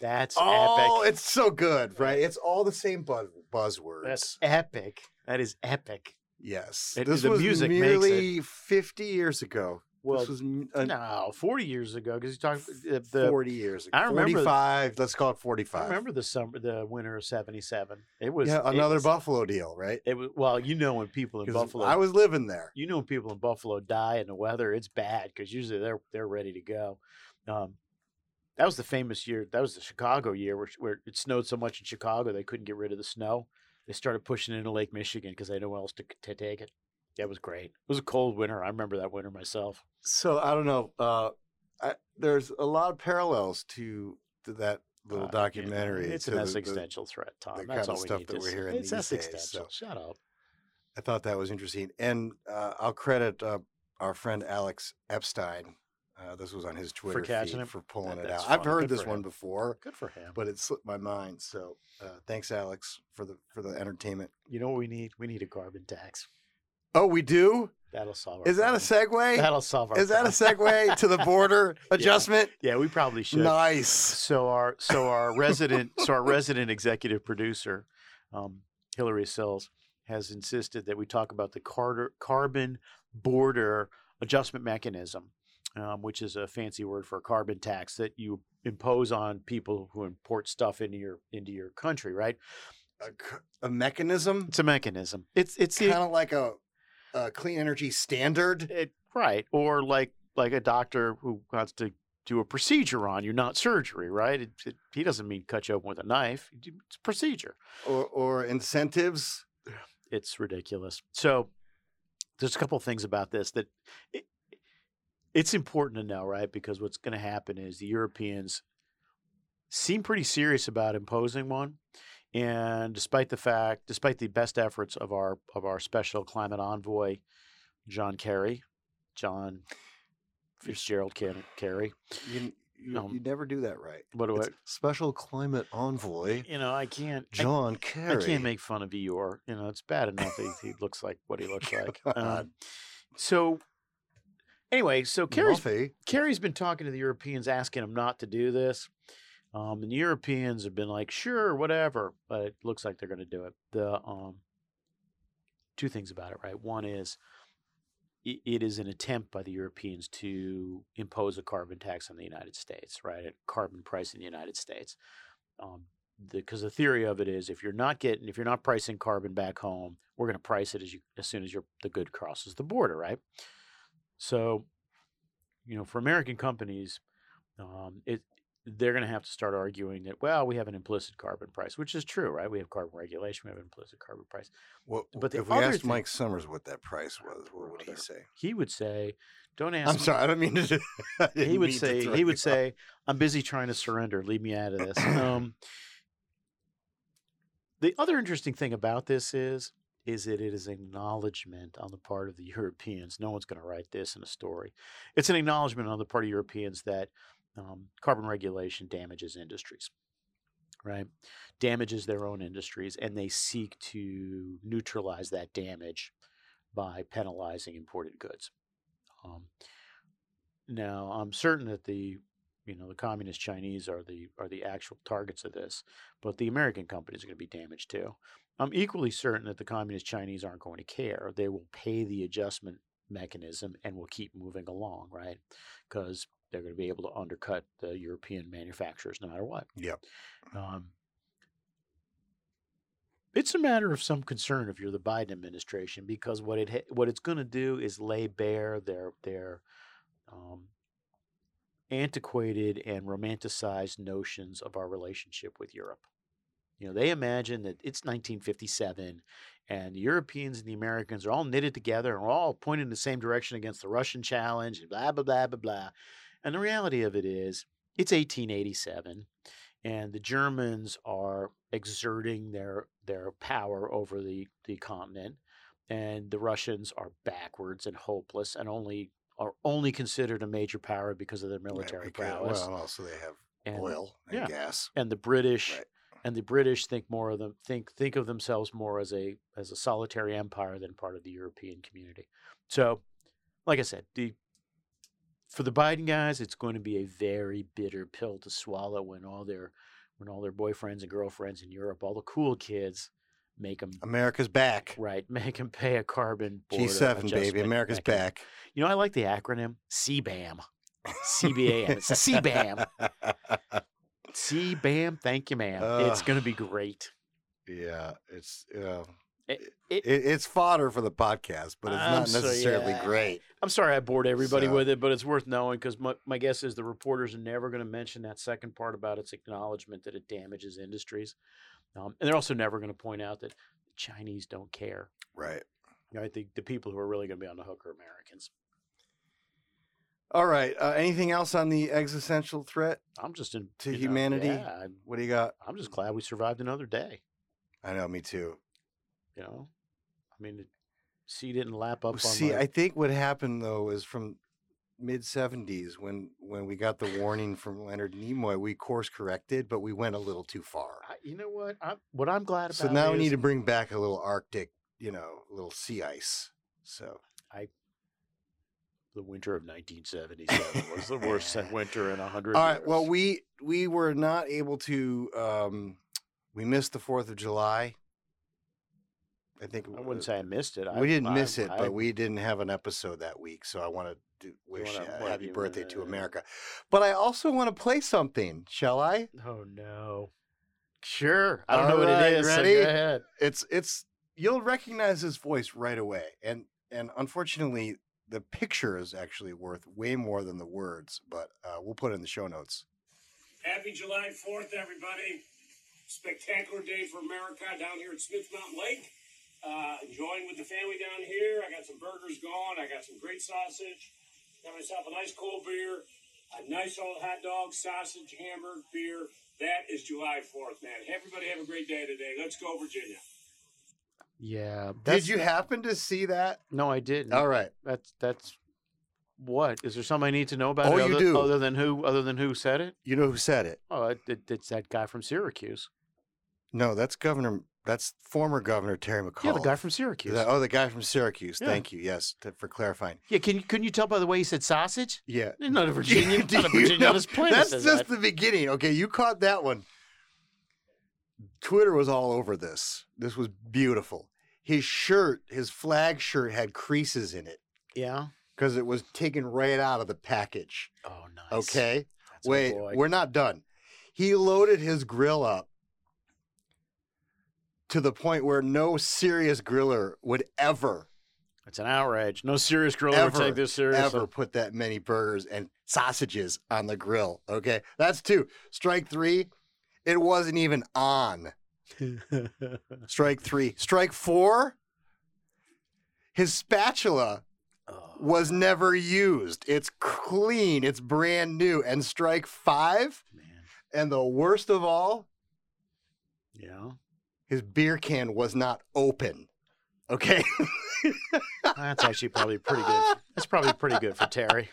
Speaker 2: that's
Speaker 1: Oh,
Speaker 2: epic.
Speaker 1: it's so good, right? It's all the same buzz, buzzwords.
Speaker 2: That's epic. That is epic.
Speaker 1: yes.
Speaker 2: It-
Speaker 1: this
Speaker 2: the
Speaker 1: was
Speaker 2: music makes it.
Speaker 1: nearly 50 years ago.
Speaker 2: Well,
Speaker 1: this was m- uh,
Speaker 2: no, forty years ago because you talked the, the
Speaker 1: 40 years ago.
Speaker 2: I remember-
Speaker 1: 45, let's call it
Speaker 2: I
Speaker 1: 45.
Speaker 2: remember the summer, the winter of '77. It was
Speaker 1: yeah,
Speaker 2: it
Speaker 1: another
Speaker 2: was-
Speaker 1: Buffalo deal, right?
Speaker 2: It was well, you know when people in
Speaker 1: 'Cause
Speaker 2: Buffalo,
Speaker 1: I was living there.
Speaker 2: you know when people in Buffalo die in the weather, it's bad because usually they're they're ready to go. Um, that was the famous year. That was the Chicago year where, where it snowed so much in Chicago they couldn't get rid of the snow. They started pushing into Lake Michigan because they had nowhere else to, to take it. That was great. It was a cold winter. I remember that winter myself.
Speaker 1: So I don't know. Uh, I, there's a lot of parallels to, to that little
Speaker 2: Uh, yeah,
Speaker 1: documentary.
Speaker 2: It's
Speaker 1: to
Speaker 2: an
Speaker 1: the- the-
Speaker 2: existential threat, Tom.
Speaker 1: the
Speaker 2: That's
Speaker 1: kind of
Speaker 2: all we
Speaker 1: stuff
Speaker 2: need
Speaker 1: that
Speaker 2: to
Speaker 1: we're
Speaker 2: say.
Speaker 1: hearing
Speaker 2: It's
Speaker 1: these days,
Speaker 2: existential.
Speaker 1: so-
Speaker 2: Shut up.
Speaker 1: I thought that was interesting, and uh, I'll credit uh, our friend Alex Epstein. Uh, this was on his Twitter
Speaker 2: catching
Speaker 1: feed
Speaker 2: it?
Speaker 1: for pulling
Speaker 2: That-
Speaker 1: it out.
Speaker 2: that's
Speaker 1: I've
Speaker 2: funny.
Speaker 1: heard
Speaker 2: Good
Speaker 1: this
Speaker 2: for
Speaker 1: one
Speaker 2: him.
Speaker 1: before,
Speaker 2: Good for him.
Speaker 1: but it slipped my mind. So uh, thanks, Alex, for the for the entertainment.
Speaker 2: You know what we need? We need a carbon tax.
Speaker 1: Oh, we do.
Speaker 2: That'll solve. Our
Speaker 1: Is that a
Speaker 2: problem.
Speaker 1: segue?
Speaker 2: That'll solve our.
Speaker 1: Is that a
Speaker 2: problem.
Speaker 1: segue to the border adjustment?
Speaker 2: Yeah, we probably should.
Speaker 1: Nice.
Speaker 2: So our so our resident so our resident executive producer, um, Hillary Sills, has insisted that we talk about the Carter carbon border adjustment mechanism, um, which is a fancy word for a carbon tax that you impose on people who import stuff into your into your country. Right?
Speaker 1: A, c- a mechanism,
Speaker 2: It's a mechanism. It's it's the-
Speaker 1: kind of like a, a clean energy standard.
Speaker 2: it, eh, right or like like a doctor who wants to do a procedure on you not surgery right it, it, he doesn't mean cut you open with a knife it's a procedure
Speaker 1: or, or incentives.
Speaker 2: it's ridiculous so there's a couple of things about this that it, it's important to know, right? Because what's going to happen is the Europeans seem pretty serious about imposing one, and despite the fact, despite the best efforts of our of our special climate envoy, John Kerry, John Fitzgerald Ken- Kerry,
Speaker 1: You, you,
Speaker 2: Um,
Speaker 1: you never do that right.
Speaker 2: what do
Speaker 1: It's Special climate envoy
Speaker 2: I? You know, I can't. I-
Speaker 1: John Kerry.
Speaker 2: I can't make fun of Eeyore. You know, it's bad enough that he, he looks like what he looks like. Um,
Speaker 1: God.
Speaker 2: so, anyway, so Kerry's,
Speaker 1: Muffy.
Speaker 2: Kerry's been talking to the Europeans, asking them not to do this. Um, and the Europeans have been like, sure, whatever. But it looks like they're going to do it. The um, two things about it, right? One is i- it is an attempt by the Europeans to impose a carbon tax on the United States, right? A carbon price in the United States. Um, because the theory of it is if you're not getting if you're not pricing carbon back home we're going to price it as you as soon as your the good crosses the border right so you know for american companies um, it they're going to have to start arguing that well we have an implicit carbon price which is true right we have carbon regulation we have an implicit carbon price
Speaker 1: Well,
Speaker 2: But the
Speaker 1: if we
Speaker 2: other
Speaker 1: asked
Speaker 2: thing-
Speaker 1: Mike Summers what that price was, what would he
Speaker 2: Brother.
Speaker 1: say?
Speaker 2: he would say don't ask
Speaker 1: I'm
Speaker 2: me-
Speaker 1: sorry, I don't mean to. do- I didn't
Speaker 2: he would
Speaker 1: mean to
Speaker 2: say
Speaker 1: throw
Speaker 2: he
Speaker 1: you
Speaker 2: would
Speaker 1: off.
Speaker 2: say i'm busy trying to surrender leave me out of this um, the other interesting thing about this is is that it is acknowledgement on the part of the europeans no one's going to write this in a story it's an acknowledgement on the part of europeans that um, carbon regulation damages industries right damages their own industries and they seek to neutralize that damage by penalizing imported goods um, now, I'm certain that the you know the communist Chinese are the are the actual targets of this, but the American companies are going to be damaged too. I'm equally certain that the communist Chinese aren't going to care. They will pay the adjustment mechanism and will keep moving along, right? Because they're going to be able to undercut the European manufacturers no matter what.
Speaker 1: Yep.
Speaker 2: Um, it's a matter of some concern if you're the Biden administration because what it ha- what it's going to do is lay bare their their um, antiquated and romanticized notions of our relationship with Europe. You know, they imagine that it's 1957 and the Europeans and the Americans are all knitted together and we're all pointing in the same direction against the Russian challenge and blah, blah, blah, blah, blah. And the reality of it is it's 1887 and the Germans are exerting their their power over the, the continent and the Russians are backwards and hopeless and only are only considered a major power because of their
Speaker 1: Right,
Speaker 2: military
Speaker 1: we could-
Speaker 2: prowess.
Speaker 1: Well, and also they have
Speaker 2: and-
Speaker 1: oil and
Speaker 2: yeah.
Speaker 1: gas.
Speaker 2: and the British
Speaker 1: Right.
Speaker 2: and the British think more of them think think of themselves more as a as a solitary empire than part of the European community. So, like I said, the for the Biden guys, it's going to be a very bitter pill to swallow when all their when all their boyfriends and girlfriends in Europe, all the cool kids, make them
Speaker 1: America's back.
Speaker 2: right, make them pay a carbon border
Speaker 1: G7, baby.
Speaker 2: adjustment
Speaker 1: America's
Speaker 2: mechanism.
Speaker 1: back.
Speaker 2: You know, I like the acronym CBAM, CBAM. It's CBAM, CBAM. Thank you, ma'am. it's
Speaker 1: Ugh.
Speaker 2: going to be great.
Speaker 1: yeah, it's uh,
Speaker 2: It-
Speaker 1: it, it's fodder for the podcast, but it's
Speaker 2: Eh, I'm
Speaker 1: not
Speaker 2: so-
Speaker 1: necessarily
Speaker 2: yeah.
Speaker 1: great.
Speaker 2: I'm sorry I bored everybody
Speaker 1: So-
Speaker 2: with it, but it's worth knowing because my, my guess is the reporters are never going to mention that second part about its acknowledgement that it damages industries. Um, and they're also never going to point out that Chinese don't care.
Speaker 1: Right.
Speaker 2: You know, I think the people who are really going to be on the hook are Americans.
Speaker 1: All right. Uh, anything else on the existential threat?
Speaker 2: I'm just in
Speaker 1: To
Speaker 2: you know,
Speaker 1: humanity?
Speaker 2: yeah, I'm,
Speaker 1: What do you got?
Speaker 2: I'm just glad we survived another day.
Speaker 1: I know, me too.
Speaker 2: You know, I mean, C didn't lap up on.
Speaker 1: See,
Speaker 2: my-
Speaker 1: I think what happened though is from mid '70s when when we got the warning from Leonard Nimoy, we course corrected, but we went a little too far.
Speaker 2: I- you know what? I'm, what I'm glad about.
Speaker 1: So now we
Speaker 2: is-
Speaker 1: need to bring back a little Arctic, you know, a little sea ice. So
Speaker 2: the winter of 1977 was the worst winter in a hundred.
Speaker 1: all right,
Speaker 2: years.
Speaker 1: well we we were not able to. um We missed the Fourth of July. I think
Speaker 2: I wouldn't say I missed it. I,
Speaker 1: we didn't
Speaker 2: I-
Speaker 1: miss it,
Speaker 2: I-
Speaker 1: but we didn't have an episode that week. So I want to wish
Speaker 2: wanna-
Speaker 1: a
Speaker 2: wanna
Speaker 1: happy
Speaker 2: give,
Speaker 1: birthday
Speaker 2: uh,
Speaker 1: to America. But I also want to play something. Shall I?
Speaker 2: Oh no. Sure. I don't know
Speaker 1: All
Speaker 2: what
Speaker 1: right,
Speaker 2: it is. so
Speaker 1: ready?
Speaker 2: go ahead.
Speaker 1: it's it's you'll recognize his voice right away and and unfortunately the picture is actually worth way more than the words but uh, we'll put it in the show notes
Speaker 7: Happy July 4th, everybody. Spectacular day for America down here at Smith Mountain Lake. Uh, enjoying with the family down here. I got some burgers going. I got some great sausage. Got myself a nice cold beer, a nice old hot dog, sausage, hamburger, beer. That is July 4th, man. Everybody have a great day today. Let's go, Virginia.
Speaker 2: Yeah.
Speaker 1: Did
Speaker 2: that's-
Speaker 1: you happen to see that?
Speaker 2: No, I didn't.
Speaker 1: All right.
Speaker 2: That's that's what is there something I need to know about?
Speaker 1: Oh,
Speaker 2: it
Speaker 1: you
Speaker 2: other,
Speaker 1: do.
Speaker 2: Other than who? Other than who said it?
Speaker 1: You know who said it?
Speaker 2: Oh, it, it, it's that guy from Syracuse.
Speaker 1: No, that's Governor. That's former Governor Terry McAuliffe.
Speaker 2: Yeah, the guy from Syracuse.
Speaker 1: The- oh, the guy from Syracuse.
Speaker 2: Yeah.
Speaker 1: Thank you. Yes, to, for clarifying.
Speaker 2: yeah, can you couldn't you tell by the way he said sausage?
Speaker 1: Yeah.
Speaker 2: He's not a Virginian.
Speaker 1: Do
Speaker 2: not a
Speaker 1: you
Speaker 2: Virginian.
Speaker 1: know-
Speaker 2: on this planet
Speaker 1: that's
Speaker 2: says
Speaker 1: just
Speaker 2: that.
Speaker 1: the beginning. Okay, you caught that one. Twitter was all over this. This was beautiful. His shirt, his flag shirt, had creases in it
Speaker 2: yeah.
Speaker 1: because it was taken right out of the package.
Speaker 2: Oh, nice.
Speaker 1: Okay,
Speaker 2: That's my
Speaker 1: wait,
Speaker 2: boy.
Speaker 1: we're not done. He loaded his grill up to the point where no serious griller would ever,
Speaker 2: It's an outrage. No serious grill ever,
Speaker 1: Ever,
Speaker 2: take this seriously.
Speaker 1: ever put that many burgers and sausages on the grill. Okay, that's two. Strike three, it wasn't even on. Strike three. Strike four, his spatula
Speaker 2: oh,
Speaker 1: was never used. It's clean, it's brand new. And strike five,
Speaker 2: man.
Speaker 1: and the worst of all,
Speaker 2: Yeah.
Speaker 1: his beer can was not open. Okay.
Speaker 2: That's actually probably pretty good. That's probably pretty good for Terry.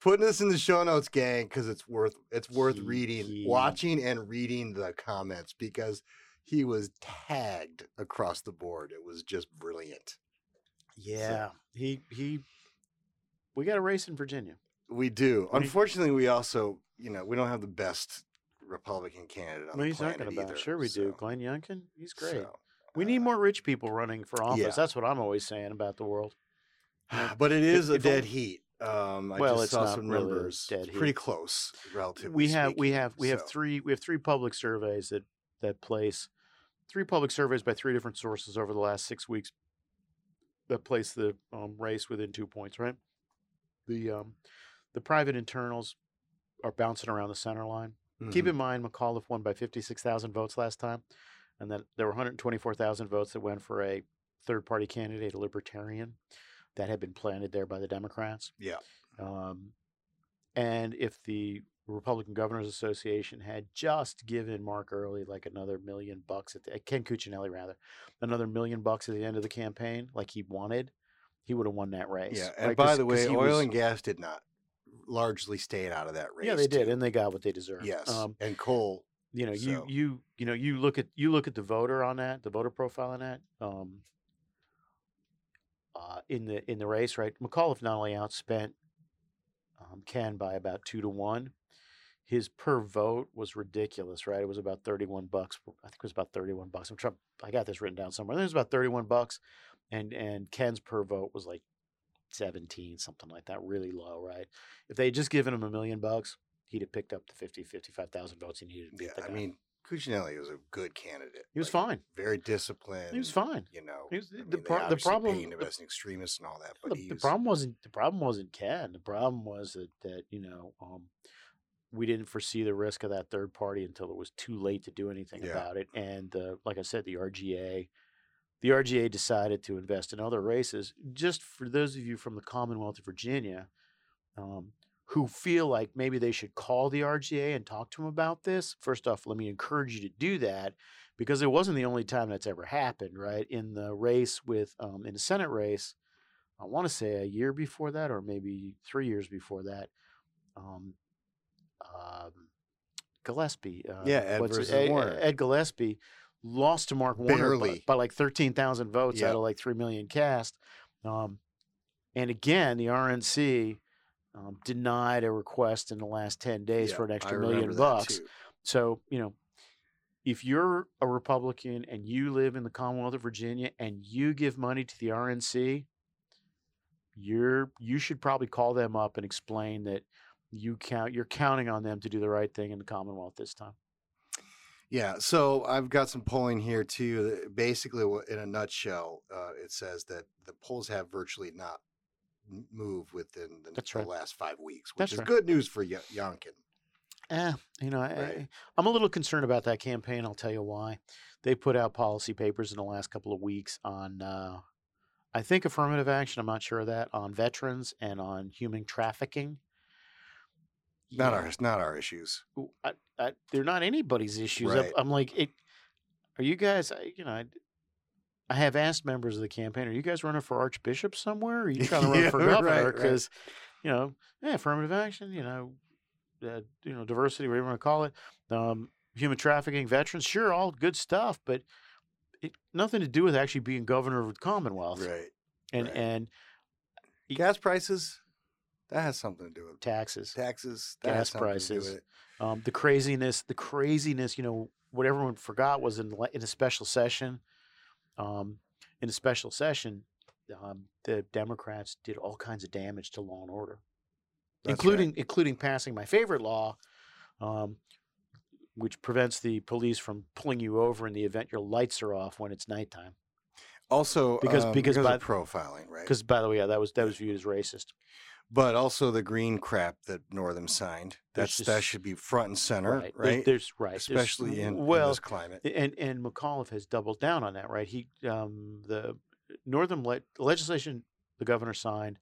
Speaker 1: Putting this in the show notes, gang, because it's worth it's worth
Speaker 2: He-
Speaker 1: reading,
Speaker 2: he-
Speaker 1: watching and reading the comments because he was tagged across the board. It was just brilliant.
Speaker 2: Yeah. He he. We got a race in Virginia.
Speaker 1: We do.
Speaker 2: What do you-
Speaker 1: Unfortunately, we also, you know, we don't have the best Republican candidate on
Speaker 2: What are
Speaker 1: the
Speaker 2: you
Speaker 1: planet
Speaker 2: talking about?
Speaker 1: either,
Speaker 2: sure, we do.
Speaker 1: so-
Speaker 2: Glenn Youngkin, he's great.
Speaker 1: so,
Speaker 2: we need
Speaker 1: uh,
Speaker 2: more rich people running for office.
Speaker 1: yeah.
Speaker 2: That's what I'm always saying about the world. Yeah.
Speaker 1: uh, But it is a
Speaker 2: if it-
Speaker 1: dead heat. Um, I
Speaker 2: Well,
Speaker 1: just
Speaker 2: it's
Speaker 1: saw
Speaker 2: not
Speaker 1: some
Speaker 2: really a
Speaker 1: numbers.
Speaker 2: dead
Speaker 1: It's pretty
Speaker 2: heat.
Speaker 1: close, relatively.
Speaker 2: we have we
Speaker 1: speaking,
Speaker 2: have we have
Speaker 1: so-
Speaker 2: three we have three public surveys that that place three public surveys by three different sources over the last six weeks that place the um, race within two points. Right, the um, the private internals are bouncing around the center line. Keep
Speaker 1: Mhm.
Speaker 2: in mind, McAuliffe won by 56,000 votes last time, and that there were 124,000 votes that went for a third party candidate, a libertarian, that had been planted there by the Democrats.
Speaker 1: Yeah.
Speaker 2: Um, and if the Republican Governors Association had just given Mark Early like another million bucks at the, uh, Ken Cuccinelli rather, another million bucks at the end of the campaign, like he wanted, he would have won that race.
Speaker 1: Yeah, and
Speaker 2: right?
Speaker 1: by
Speaker 2: 'Cause-
Speaker 1: the
Speaker 2: 'cause
Speaker 1: way,
Speaker 2: he
Speaker 1: oil
Speaker 2: was-
Speaker 1: and gas did not largely stayed out of that race.
Speaker 2: yeah, they did,
Speaker 1: too.
Speaker 2: and they got what they deserved.
Speaker 1: yes,
Speaker 2: Um,
Speaker 1: and coal.
Speaker 2: you know
Speaker 1: So-
Speaker 2: you you you know you look at you look at the voter on that the voter profile on that um uh in the in the race right mcauliffe not only outspent um, ken by about two to one his per vote was ridiculous right it was about 31 bucks i think it was about 31 bucks i'm trying i got this written down somewhere I think it was about 31 bucks and and ken's per vote was like 17 something like that really low right if they had just given him a million bucks he'd have picked up the 50 55000 votes he needed to
Speaker 1: Yeah,
Speaker 2: beat the
Speaker 1: I
Speaker 2: guy.
Speaker 1: mean, Cuccinelli was a good candidate.
Speaker 2: He was
Speaker 1: like,
Speaker 2: fine.
Speaker 1: very disciplined.
Speaker 2: He was fine.
Speaker 1: You know,
Speaker 2: He was-
Speaker 1: I
Speaker 2: the
Speaker 1: mean, they
Speaker 2: pro- the
Speaker 1: obviously
Speaker 2: problem-
Speaker 1: painted him
Speaker 2: the-
Speaker 1: as an extremist and all that, but
Speaker 2: The,
Speaker 1: he
Speaker 2: the
Speaker 1: was-
Speaker 2: problem wasn't the problem wasn't Ken. The problem was that that you know um, we didn't foresee the risk of that third party until it was too late to do anything
Speaker 1: Yeah.
Speaker 2: about it. And uh, like I said, the RGA, the RGA decided to invest in other races. Just for those of you from the Commonwealth of Virginia um, who feel like maybe they should call the RGA and talk to them about this, first off, let me encourage you to do that because it wasn't the only time that's ever happened. Right in the race with um, in the Senate race. I want to say a year before that, or maybe three years before that. Um, um, Gillespie, uh,
Speaker 1: Yeah, Ed
Speaker 2: what's it-
Speaker 1: versus
Speaker 2: Ed,
Speaker 1: Warner.
Speaker 2: Ed Gillespie lost to Mark Warner by,
Speaker 1: Barely.
Speaker 2: by like thirteen thousand votes
Speaker 1: Yep.
Speaker 2: out of like three million cast. Um, and again, the RNC um, denied a request in the last ten days
Speaker 1: yeah,
Speaker 2: for an
Speaker 1: I
Speaker 2: extra
Speaker 1: remember
Speaker 2: million
Speaker 1: that
Speaker 2: bucks.
Speaker 1: too.
Speaker 2: So, you know, if you're a Republican and you live in the Commonwealth of Virginia and you give money to the RNC, you're you should probably call them up and explain that you count you're counting on them to do the right thing in the Commonwealth this time.
Speaker 1: Yeah, so I've got some polling here too. that Basically, what- in a nutshell, uh, it says that the polls have virtually not m- moved within the,
Speaker 2: That's
Speaker 1: the
Speaker 2: right.
Speaker 1: last five weeks, which
Speaker 2: That's
Speaker 1: is
Speaker 2: right.
Speaker 1: good news for Yo- Yonkin.
Speaker 2: eh, you know, I-
Speaker 1: Right.
Speaker 2: I, I'm a little concerned about that campaign. I'll tell you why. They put out policy papers in the last couple of weeks on, uh, I think, affirmative action. I'm not sure of that on veterans and on human trafficking.
Speaker 1: Not
Speaker 2: Yeah.
Speaker 1: our not our issues.
Speaker 2: w- I, I, they're not anybody's issues. I'm-
Speaker 1: Right.
Speaker 2: I'm, like, it, are you guys? I, you know, I, I have asked members of the campaign, are you guys running for archbishop somewhere? Are you trying to run
Speaker 1: Yeah,
Speaker 2: for
Speaker 1: right,
Speaker 2: governor?
Speaker 1: right.
Speaker 2: Because, you know, yeah, affirmative action. You know, uh, you know, diversity, whatever you want to call it, um, human trafficking, veterans. Sure, all good stuff, but it, nothing to do with actually being governor of the Commonwealth.
Speaker 1: Right.
Speaker 2: And
Speaker 1: right.
Speaker 2: and Ye-
Speaker 1: Gas prices. That has something to do with
Speaker 2: taxes.
Speaker 1: taxes. That has
Speaker 2: Gas
Speaker 1: something To do
Speaker 2: prices.
Speaker 1: with it.
Speaker 2: um, the craziness, the craziness, you know, what everyone forgot was in, le- in a special session, um, in a special session, um, the Democrats did all kinds of damage to law and order,
Speaker 1: That's right.
Speaker 2: including including passing my favorite law, um, which prevents the police from pulling you over in the event your lights are off when it's nighttime.
Speaker 1: also
Speaker 2: because-
Speaker 1: um,
Speaker 2: because
Speaker 1: of
Speaker 2: by-
Speaker 1: profiling, right?
Speaker 2: Because by the way, yeah, that was that was viewed as racist.
Speaker 1: But also the green crap that Northam signed.
Speaker 2: There's
Speaker 1: That's that
Speaker 2: just-
Speaker 1: should be front and center, right?
Speaker 2: There- There's right, there's-
Speaker 1: Especially in, in
Speaker 2: well,
Speaker 1: this climate.
Speaker 2: and and McAuliffe has doubled down on that, right? He um, the northern le- legislation the governor signed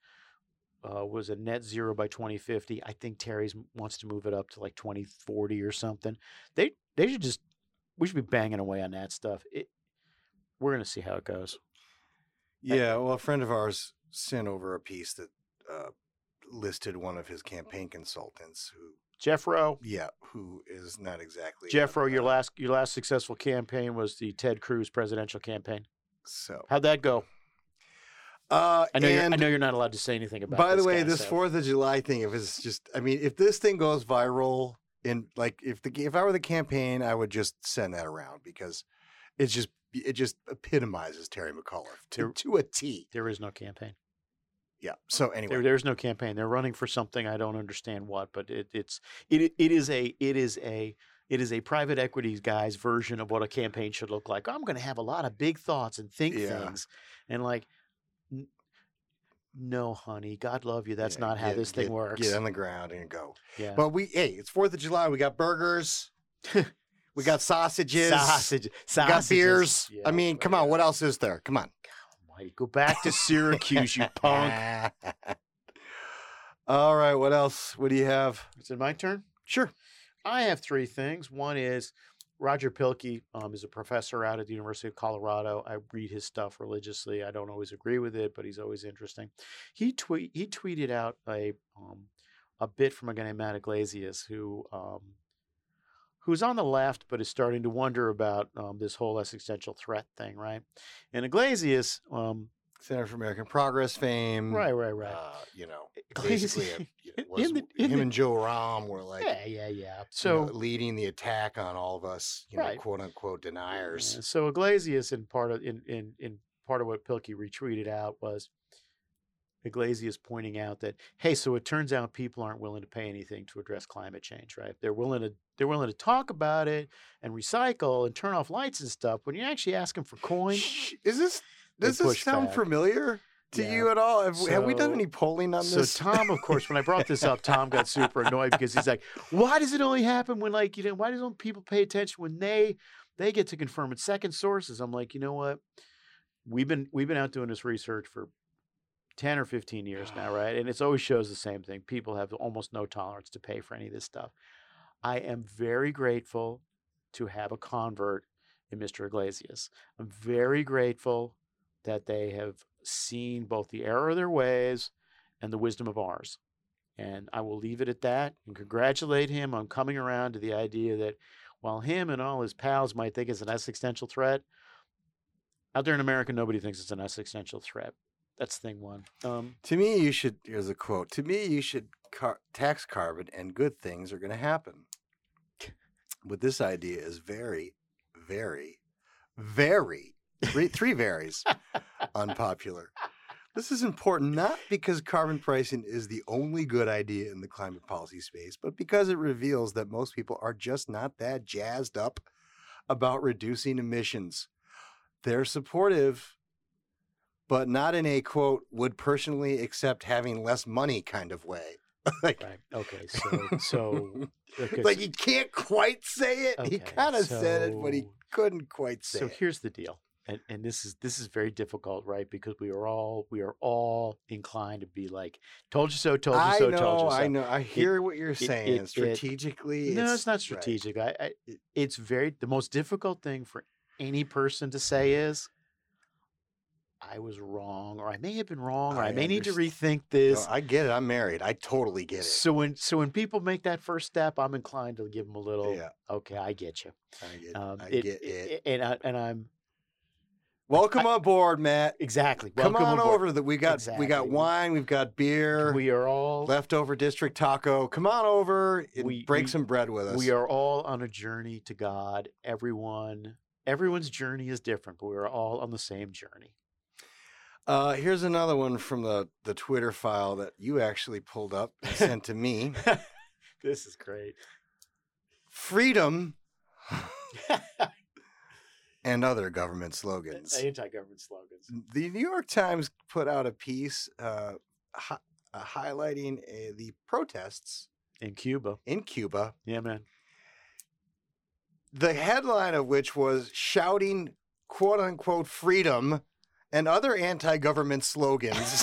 Speaker 2: uh, was a net zero by 2050. I think Terry's m- wants to move it up to like 2040 or something. They they should just we should be banging away on that stuff. It, we're gonna see how it goes.
Speaker 1: Yeah, well, a friend of ours sent over a piece that uh, listed one of his campaign consultants who,
Speaker 2: Jeff Rowe,
Speaker 1: yeah, who is not exactly
Speaker 2: Jeff
Speaker 1: a-
Speaker 2: Rowe, your
Speaker 1: uh,
Speaker 2: last your last successful campaign was the Ted Cruz presidential campaign.
Speaker 1: So,
Speaker 2: How'd that go?
Speaker 1: uh,
Speaker 2: I know you're, I
Speaker 1: and
Speaker 2: know you're not allowed to say anything about.
Speaker 1: by the way,
Speaker 2: guy,
Speaker 1: this
Speaker 2: so-
Speaker 1: Fourth of July thing, if it's just, I mean, if this thing goes viral, in like, if the if I were the campaign, I would just send that around because it's just it just epitomizes Terry McAuliffe to,
Speaker 2: There-
Speaker 1: to a T.
Speaker 2: there is no campaign.
Speaker 1: Yeah. So anyway,
Speaker 2: There, there's no campaign. They're running for something I don't understand what, but it, it's it it is a it is a it is a private equities guy's version of what a campaign should look like. I'm going to have a lot of big thoughts and think
Speaker 1: Yeah.
Speaker 2: things, and like, n- no, honey, God love you. That's
Speaker 1: yeah,
Speaker 2: not how
Speaker 1: get-
Speaker 2: this thing
Speaker 1: get-
Speaker 2: works.
Speaker 1: Get on the ground and go.
Speaker 2: yeah,
Speaker 1: But we, hey, it's Fourth of July. We got burgers. we got sausages.
Speaker 2: sausage,
Speaker 1: We got
Speaker 2: sausages.
Speaker 1: beers. I
Speaker 2: Yeah,
Speaker 1: mean, come
Speaker 2: right.
Speaker 1: on. What else is there? Come on.
Speaker 2: Almighty, go back to Syracuse, you punk.
Speaker 1: All right. What else? What do you have?
Speaker 2: Is it my turn?
Speaker 1: Sure.
Speaker 2: I have three things. One is Roger Pilkey um, is a professor out at the University of Colorado. I read his stuff religiously. I don't always agree with it, but he's always interesting. He tweet he tweeted out a um, a bit from a guy named Matt Iglesias who um, who's on the left but is starting to wonder about um, this whole existential threat thing, right? And Iglesias, um,
Speaker 1: Center for American Progress fame.
Speaker 2: right, right, right.
Speaker 1: Uh, you know,
Speaker 2: Iglesias-
Speaker 1: basically, a, you know,
Speaker 2: in
Speaker 1: was,
Speaker 2: the- in
Speaker 1: him
Speaker 2: the-
Speaker 1: and Joe Rahm were like
Speaker 2: yeah, yeah, yeah.
Speaker 1: you know,
Speaker 2: So
Speaker 1: leading the attack on all of us, you
Speaker 2: Right.
Speaker 1: know, quote unquote deniers.
Speaker 2: Yeah, So Iglesias in part of in, in in part of what Pilkey retweeted out was Iglesias pointing out that hey, so it turns out people aren't willing to pay anything to address climate change, right? They're willing to they're willing to talk about it and recycle and turn off lights and stuff. When you actually ask them for coin,
Speaker 1: Shh, Is this
Speaker 2: They
Speaker 1: does this
Speaker 2: push
Speaker 1: sound
Speaker 2: back.
Speaker 1: familiar to
Speaker 2: Yeah.
Speaker 1: you at all? Have, we- have we done
Speaker 2: So-
Speaker 1: any polling on
Speaker 2: so
Speaker 1: this?
Speaker 2: Tom, of course, when I brought this up, Tom got super annoyed because he's like, "Why does it only happen when like you know? Why don't people pay attention when they they get to confirm it second sources?" I'm like, you know what? We've been we've been out doing this research for ten or fifteen years now, right? And it's always shows the same thing. People have almost no tolerance to pay for any of this stuff. I am very grateful to have a convert in Mr. Iglesias. I'm very grateful that they have seen both the error of their ways and the wisdom of ours. And I will leave it at that and congratulate him on coming around to the idea that while him and all his pals might think it's an existential threat, out there in America, nobody thinks it's an existential threat. That's thing one. Um,
Speaker 1: To me, you should. Here's a quote. To me, you should car- tax carbon, and good things are going to happen. But this idea is very, very, very three, three varies unpopular. This is important not because carbon pricing is the only good idea in the climate policy space, but because it reveals that most people are just not that jazzed up about reducing emissions. They're supportive, but not in a quote would personally accept having less money kind of way. like,
Speaker 2: Right. Okay. So so okay,
Speaker 1: like
Speaker 2: so-
Speaker 1: he can't quite say it. he
Speaker 2: Okay,
Speaker 1: kind of said it, but he
Speaker 2: so-
Speaker 1: couldn't quite say
Speaker 2: so
Speaker 1: it.
Speaker 2: here's the deal and, and this is this is very difficult right because we are all we are all inclined to be like told you so told you
Speaker 1: I
Speaker 2: so
Speaker 1: know,
Speaker 2: told you so
Speaker 1: I know. I hear what you're saying.
Speaker 2: it- it-
Speaker 1: strategically,
Speaker 2: no it's, not
Speaker 1: right.
Speaker 2: strategic I, I it- it's very the most difficult thing for any person to say is i was wrong or i may have been wrong or i,
Speaker 1: I
Speaker 2: may need to
Speaker 1: underst-
Speaker 2: rethink
Speaker 1: No,
Speaker 2: this
Speaker 1: I get it. I'm married. I totally get it.
Speaker 2: so when so when people make that first step i'm inclined to give them a little
Speaker 1: yeah,
Speaker 2: okay i get you
Speaker 1: I get,
Speaker 2: um,
Speaker 1: I
Speaker 2: it-
Speaker 1: get it.
Speaker 2: it- and, I, and i'm
Speaker 1: Welcome on board, Matt.
Speaker 2: exactly
Speaker 1: Come
Speaker 2: welcome
Speaker 1: on
Speaker 2: aboard.
Speaker 1: over. That we got we
Speaker 2: Exactly.
Speaker 1: got
Speaker 2: We-
Speaker 1: wine. We've got beer.
Speaker 2: we are all
Speaker 1: leftover district taco. Come on over and
Speaker 2: We-
Speaker 1: break
Speaker 2: we-
Speaker 1: some bread with us.
Speaker 2: We are all on a journey to God. Everyone, everyone's journey is different, but we are all on the same journey.
Speaker 1: Uh, here's another one from the, the Twitter file that you actually pulled up and sent to me.
Speaker 2: This is great.
Speaker 1: Freedom and other government slogans.
Speaker 2: Anti-government slogans.
Speaker 1: The New York Times put out a piece uh, hi- uh, highlighting uh, the protests
Speaker 2: In Cuba,
Speaker 1: in Cuba
Speaker 2: yeah, man.
Speaker 1: the headline of which was shouting quote unquote freedom and other anti government slogans.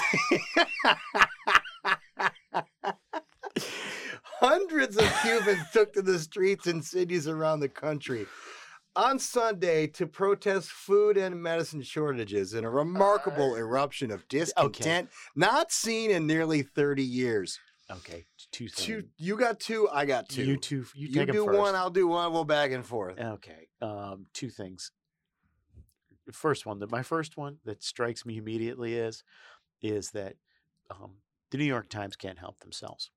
Speaker 1: Hundreds of Cubans took to the streets in cities around the country on Sunday to protest food and medicine shortages in a
Speaker 2: Uh,
Speaker 1: remarkable eruption of discontent not seen in nearly 30 years.
Speaker 2: Okay, two things.
Speaker 1: Two, you got two, I got two.
Speaker 2: You two. You,
Speaker 1: You,
Speaker 2: take 'em
Speaker 1: do
Speaker 2: first.
Speaker 1: one, I'll do one. We'll back and forth.
Speaker 2: Okay. Um, two things. The First one that my first one that strikes me immediately is is that um, the New York Times can't help themselves.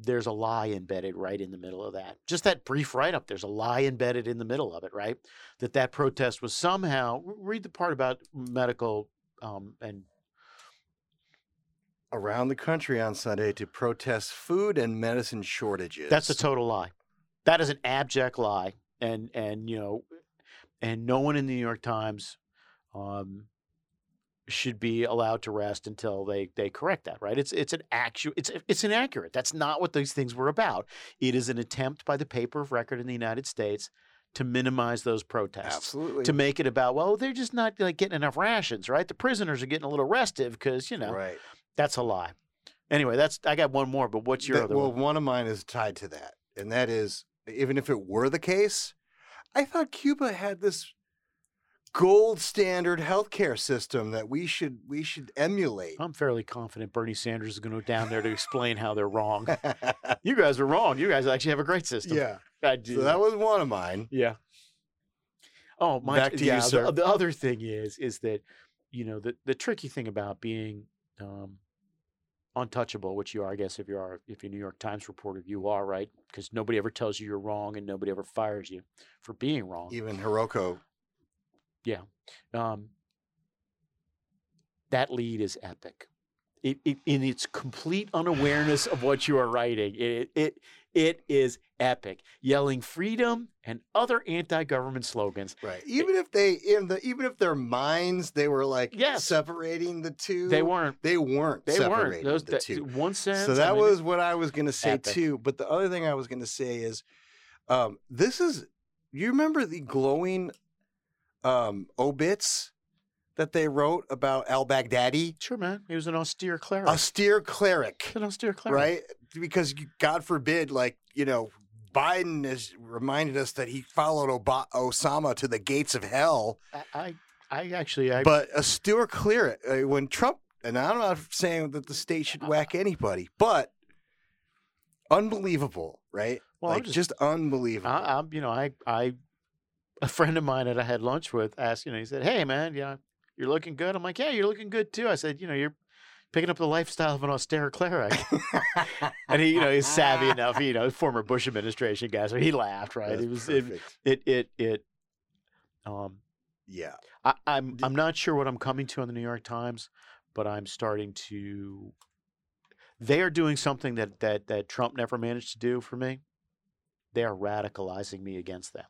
Speaker 2: There's a lie embedded right in the middle of that. Just that brief write up. There's a lie embedded in the middle of it, right? That that protest was somehow. r- Read the part about medical um, and
Speaker 1: around the country on Sunday to protest food and medicine shortages.
Speaker 2: That's a total lie. That is an abject lie, and and you know, and no one in the New York Times um, should be allowed to rest until they they correct that. Right? It's it's an actual it's it's inaccurate. That's not what these things were about. It is an attempt by the paper of record in the United States to minimize those protests
Speaker 1: absolutely
Speaker 2: to make it about well they're just not like getting enough rations right the prisoners are getting a little restive because you know
Speaker 1: right.
Speaker 2: that's a lie anyway that's i got one more but what's your
Speaker 1: That-
Speaker 2: other
Speaker 1: well,
Speaker 2: one
Speaker 1: one of mine is tied to that, and that is even if it were the case, I thought Cuba had this gold standard healthcare system that we should we should emulate.
Speaker 2: I'm fairly confident Bernie Sanders is going to go down there to explain how they're wrong. You guys are wrong. You guys actually have a great system.
Speaker 1: yeah,
Speaker 2: I do.
Speaker 1: so that was one of mine.
Speaker 2: yeah. Oh, my,
Speaker 1: Back to you,
Speaker 2: yeah, the-
Speaker 1: sir.
Speaker 2: The, other thing is, is that you know the the tricky thing about being um, untouchable, which you are, I guess, if you are, if you're a New York Times reporter, you are right because nobody ever tells you you're wrong and nobody ever fires you for being wrong.
Speaker 1: Even Hiroko,
Speaker 2: um, that lead is epic. It, it, in its complete unawareness of what you are writing, it, it, it is epic. Yelling freedom and other anti government slogans.
Speaker 1: right? Even if they in the even if their minds they were like
Speaker 2: Yes.
Speaker 1: separating the two,
Speaker 2: They weren't.
Speaker 1: they weren't
Speaker 2: They
Speaker 1: separating
Speaker 2: weren't. Those
Speaker 1: the
Speaker 2: that-
Speaker 1: two.
Speaker 2: one sentence.
Speaker 1: So
Speaker 2: I
Speaker 1: that
Speaker 2: mean,
Speaker 1: was what I was going to say
Speaker 2: epic.
Speaker 1: too. But the other thing I was going to say is, um, this is you remember the glowing um, obits that they wrote about Al Baghdadi,
Speaker 2: sure, man. He was an austere cleric.
Speaker 1: austere cleric,
Speaker 2: He's an austere cleric.
Speaker 1: right? Because you- God forbid, like you know, Biden has reminded us that he followed Oba- Osama to the gates of hell
Speaker 2: I, I, I actually, I,
Speaker 1: but a Stuart Clear, uh, when Trump, and I'm not saying that the state should whack anybody, but unbelievable, right?
Speaker 2: Well, I'm
Speaker 1: like
Speaker 2: just-
Speaker 1: just, unbelievable.
Speaker 2: I, I'm, you know, I, I, a friend of mine that I had lunch with asked, you know, he said, "Hey, man, yeah, you're looking good." I'm like, "Yeah, you're looking good too." I said, "You know, you're picking up the lifestyle of an austere cleric," and he, you know, he's savvy enough. You know, former Bush administration guy, so he laughed. Right?
Speaker 1: That's
Speaker 2: it was it,
Speaker 1: perfect.
Speaker 2: it, it, it. Um,
Speaker 1: yeah.
Speaker 2: I, I'm,
Speaker 1: D-
Speaker 2: I'm not sure what I'm coming to on the New York Times, but I'm starting to. They are doing something that that that Trump never managed to do for me. They are radicalizing me against them.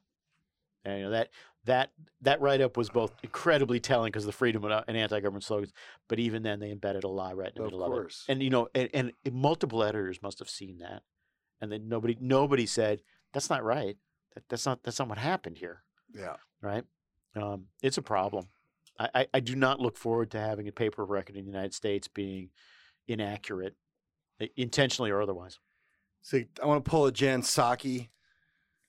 Speaker 2: And you know, that that that write up was both incredibly telling because of the freedom and, and anti government slogans, but even then they embedded a lie right in the
Speaker 1: Of
Speaker 2: middle of it.
Speaker 1: course.
Speaker 2: And you know, and, and multiple editors must have seen that, and then nobody nobody said that's not right. That, that's not that's not what happened here
Speaker 1: yeah.
Speaker 2: right? Um, it's a problem. I, I, I do not look forward to having a paper record in the United States being inaccurate, i- intentionally or otherwise.
Speaker 1: So I want to pull a Jen Saki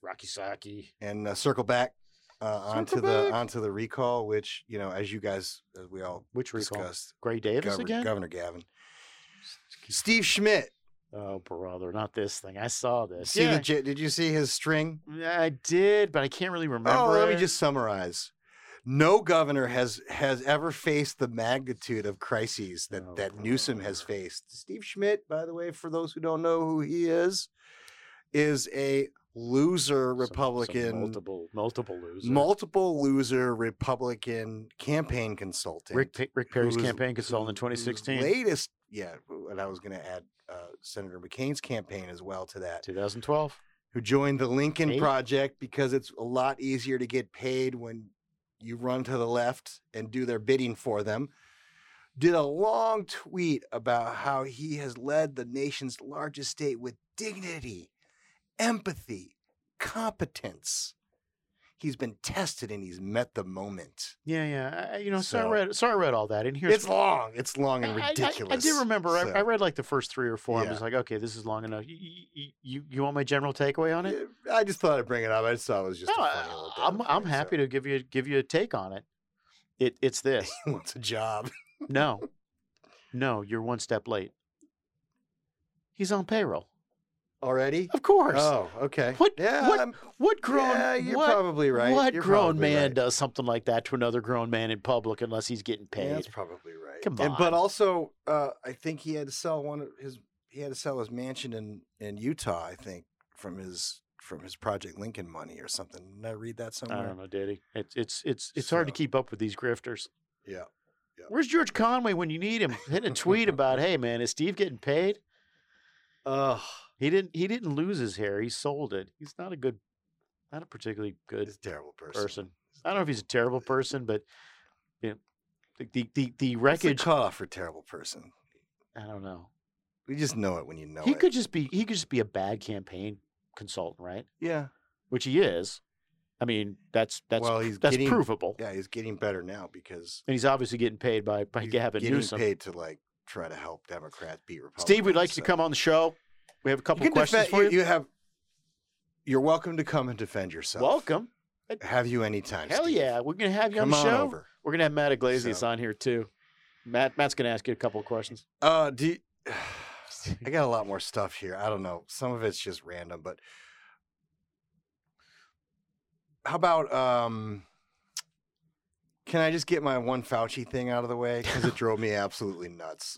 Speaker 2: Rocky Saki.
Speaker 1: and uh, circle back uh, onto
Speaker 2: Circle
Speaker 1: the
Speaker 2: back.
Speaker 1: onto the recall, which you know, as you guys, as we all
Speaker 2: Which recall?
Speaker 1: discussed,
Speaker 2: Gray Davis
Speaker 1: Governor,
Speaker 2: again?
Speaker 1: Governor Gavin, Steve Schmidt.
Speaker 2: Oh, brother, not this thing. I saw this.
Speaker 1: See the, j- did you see his string?
Speaker 2: yeah, I did, but I can't really remember.
Speaker 1: Oh, let me
Speaker 2: it.
Speaker 1: just summarize. No governor has has ever faced the magnitude of crises that
Speaker 2: Oh,
Speaker 1: that Newsom has
Speaker 2: brother.
Speaker 1: faced. Steve Schmidt, by the way, for those who don't know who he is, is a loser
Speaker 2: Some- some
Speaker 1: Republican, multiple,
Speaker 2: multiple, multiple losers.
Speaker 1: loser Republican campaign consultant.
Speaker 2: Rick, Pa- Rick Perry's
Speaker 1: who's-
Speaker 2: campaign consultant in
Speaker 1: whose
Speaker 2: 2016,
Speaker 1: Latest, yeah, and I was going to add uh, Senator McCain's campaign as well to that
Speaker 2: 2012.
Speaker 1: who joined the Lincoln
Speaker 2: Eight.
Speaker 1: Project because it's a lot easier to get paid when you run to the left and do their bidding for them, did a long tweet about how he has led the nation's largest state with dignity, empathy, competence. He's been tested and he's met the moment.
Speaker 2: Yeah, yeah. I- I, you know, so,
Speaker 1: So-
Speaker 2: I read, so I read all that, and here's
Speaker 1: it's long. It's long and
Speaker 2: I- I- I-
Speaker 1: ridiculous.
Speaker 2: I, do remember.
Speaker 1: So,
Speaker 2: I, I read like the first three or four.
Speaker 1: Yeah.
Speaker 2: I was like, okay, this is long enough. You, you, you, you want my general takeaway on it?
Speaker 1: yeah, I just thought I'd bring it up. I just thought it was just.
Speaker 2: No,
Speaker 1: a funny little
Speaker 2: I, am
Speaker 1: thing,
Speaker 2: I'm
Speaker 1: so.
Speaker 2: happy to give you give you a take on it. It it's this.
Speaker 1: He wants a job.
Speaker 2: No, no, you're one step late. He's on payroll,
Speaker 1: Already?
Speaker 2: of course.
Speaker 1: Oh, okay.
Speaker 2: What-
Speaker 1: Yeah,
Speaker 2: what
Speaker 1: I'm-
Speaker 2: what grown?
Speaker 1: yeah, you're
Speaker 2: what,
Speaker 1: probably right.
Speaker 2: What
Speaker 1: You're
Speaker 2: grown
Speaker 1: probably
Speaker 2: man
Speaker 1: right.
Speaker 2: does something like that to another grown man in public unless he's getting
Speaker 1: Yeah,
Speaker 2: paid?
Speaker 1: that's probably right.
Speaker 2: Come
Speaker 1: And- but
Speaker 2: on.
Speaker 1: also, uh, I think he had to sell one of his. He had to sell his mansion in in Utah. I think from his from his Project Lincoln money or something. Did I read that
Speaker 2: I
Speaker 1: somewhere?
Speaker 2: don't know, Diddy. It's it's it's Uh, it's hard to
Speaker 1: So-
Speaker 2: keep up with these grifters.
Speaker 1: Yeah. Yeah.
Speaker 2: Where's George Conway when you need him? Hit a tweet about, hey man, is Steve getting paid?
Speaker 1: Ugh.
Speaker 2: He didn't he didn't lose his hair. He sold it. He's not a good not a particularly good
Speaker 1: He's a terrible person.
Speaker 2: person. I don't know if he's a terrible person, but you know, the the the, the wreckage
Speaker 1: cut off for terrible person.
Speaker 2: I don't know.
Speaker 1: We just know it when you know
Speaker 2: He
Speaker 1: it.
Speaker 2: could just be he could just be a bad campaign consultant, right?
Speaker 1: Yeah.
Speaker 2: Which he is. I mean, that's that's
Speaker 1: well, he's
Speaker 2: that's
Speaker 1: getting,
Speaker 2: provable.
Speaker 1: Yeah, he's getting better now because
Speaker 2: And he's obviously getting paid by by
Speaker 1: he's
Speaker 2: Gavin
Speaker 1: getting
Speaker 2: Newsom.
Speaker 1: paid to like try to help Democrats beat Republicans.
Speaker 2: Steve, we'd like you
Speaker 1: so-
Speaker 2: to come on the show. We have a couple
Speaker 1: you can
Speaker 2: questions
Speaker 1: defend,
Speaker 2: for you.
Speaker 1: you. have. You're welcome to come and defend yourself.
Speaker 2: Welcome.
Speaker 1: Have you anytime?
Speaker 2: Hell
Speaker 1: Steve.
Speaker 2: yeah, we're gonna have you
Speaker 1: Come
Speaker 2: on
Speaker 1: on
Speaker 2: the show.
Speaker 1: over.
Speaker 2: We're gonna have Matt Iglesias
Speaker 1: So-
Speaker 2: on here too. Matt Matt's gonna ask you a couple of questions.
Speaker 1: Uh, do you- I got a lot more stuff here. I don't know. Some of it's just random, but how about um? Can I just get my one Fauci thing out of the way because it drove me absolutely nuts?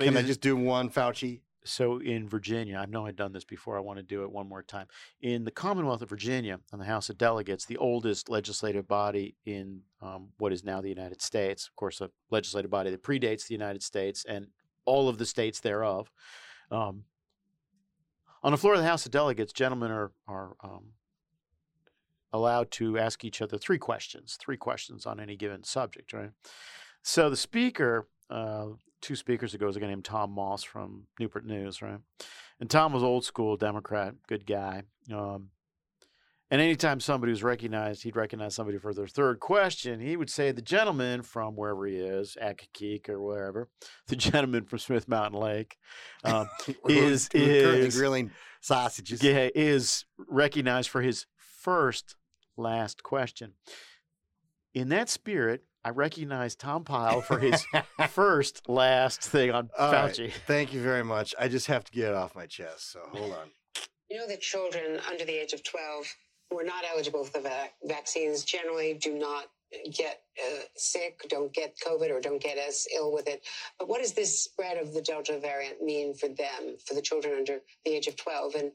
Speaker 1: Can I
Speaker 2: Ladies-
Speaker 1: just do one Fauci?
Speaker 2: So in Virginia, I know I've done this before. I want to do it one more time. In the Commonwealth of Virginia, on the House of Delegates, the oldest legislative body in um, what is now the United States, of course, a legislative body that predates the United States and all of the states thereof. Um, on the floor of the House of Delegates, gentlemen are are um, allowed to ask each other three questions, three questions on any given subject, right? So the speaker, uh, two speakers ago, was a guy named Tom Moss from Newport News, right? And Tom was old school Democrat, good guy. Um, and anytime somebody was recognized, he'd recognize somebody for their third question. He would say, "The gentleman from wherever he is, Akakeek or wherever, the gentleman from Smith Mountain Lake, um, Is-
Speaker 1: we're currently
Speaker 2: is-
Speaker 1: grilling sausages?
Speaker 2: yeah, is recognized for his first last question. In that spirit, I recognize Tom Pyle for his first last thing on
Speaker 1: All right.
Speaker 2: Fauci.
Speaker 1: Thank you very much. I just have to get it off my chest. So hold on.
Speaker 8: You know that children under the age of 12 who are not eligible for the vac- vaccines generally do not get uh, sick, don't get COVID, or don't get as ill with it. But what does this spread of the Delta variant mean for them, for the children under the age of 12? And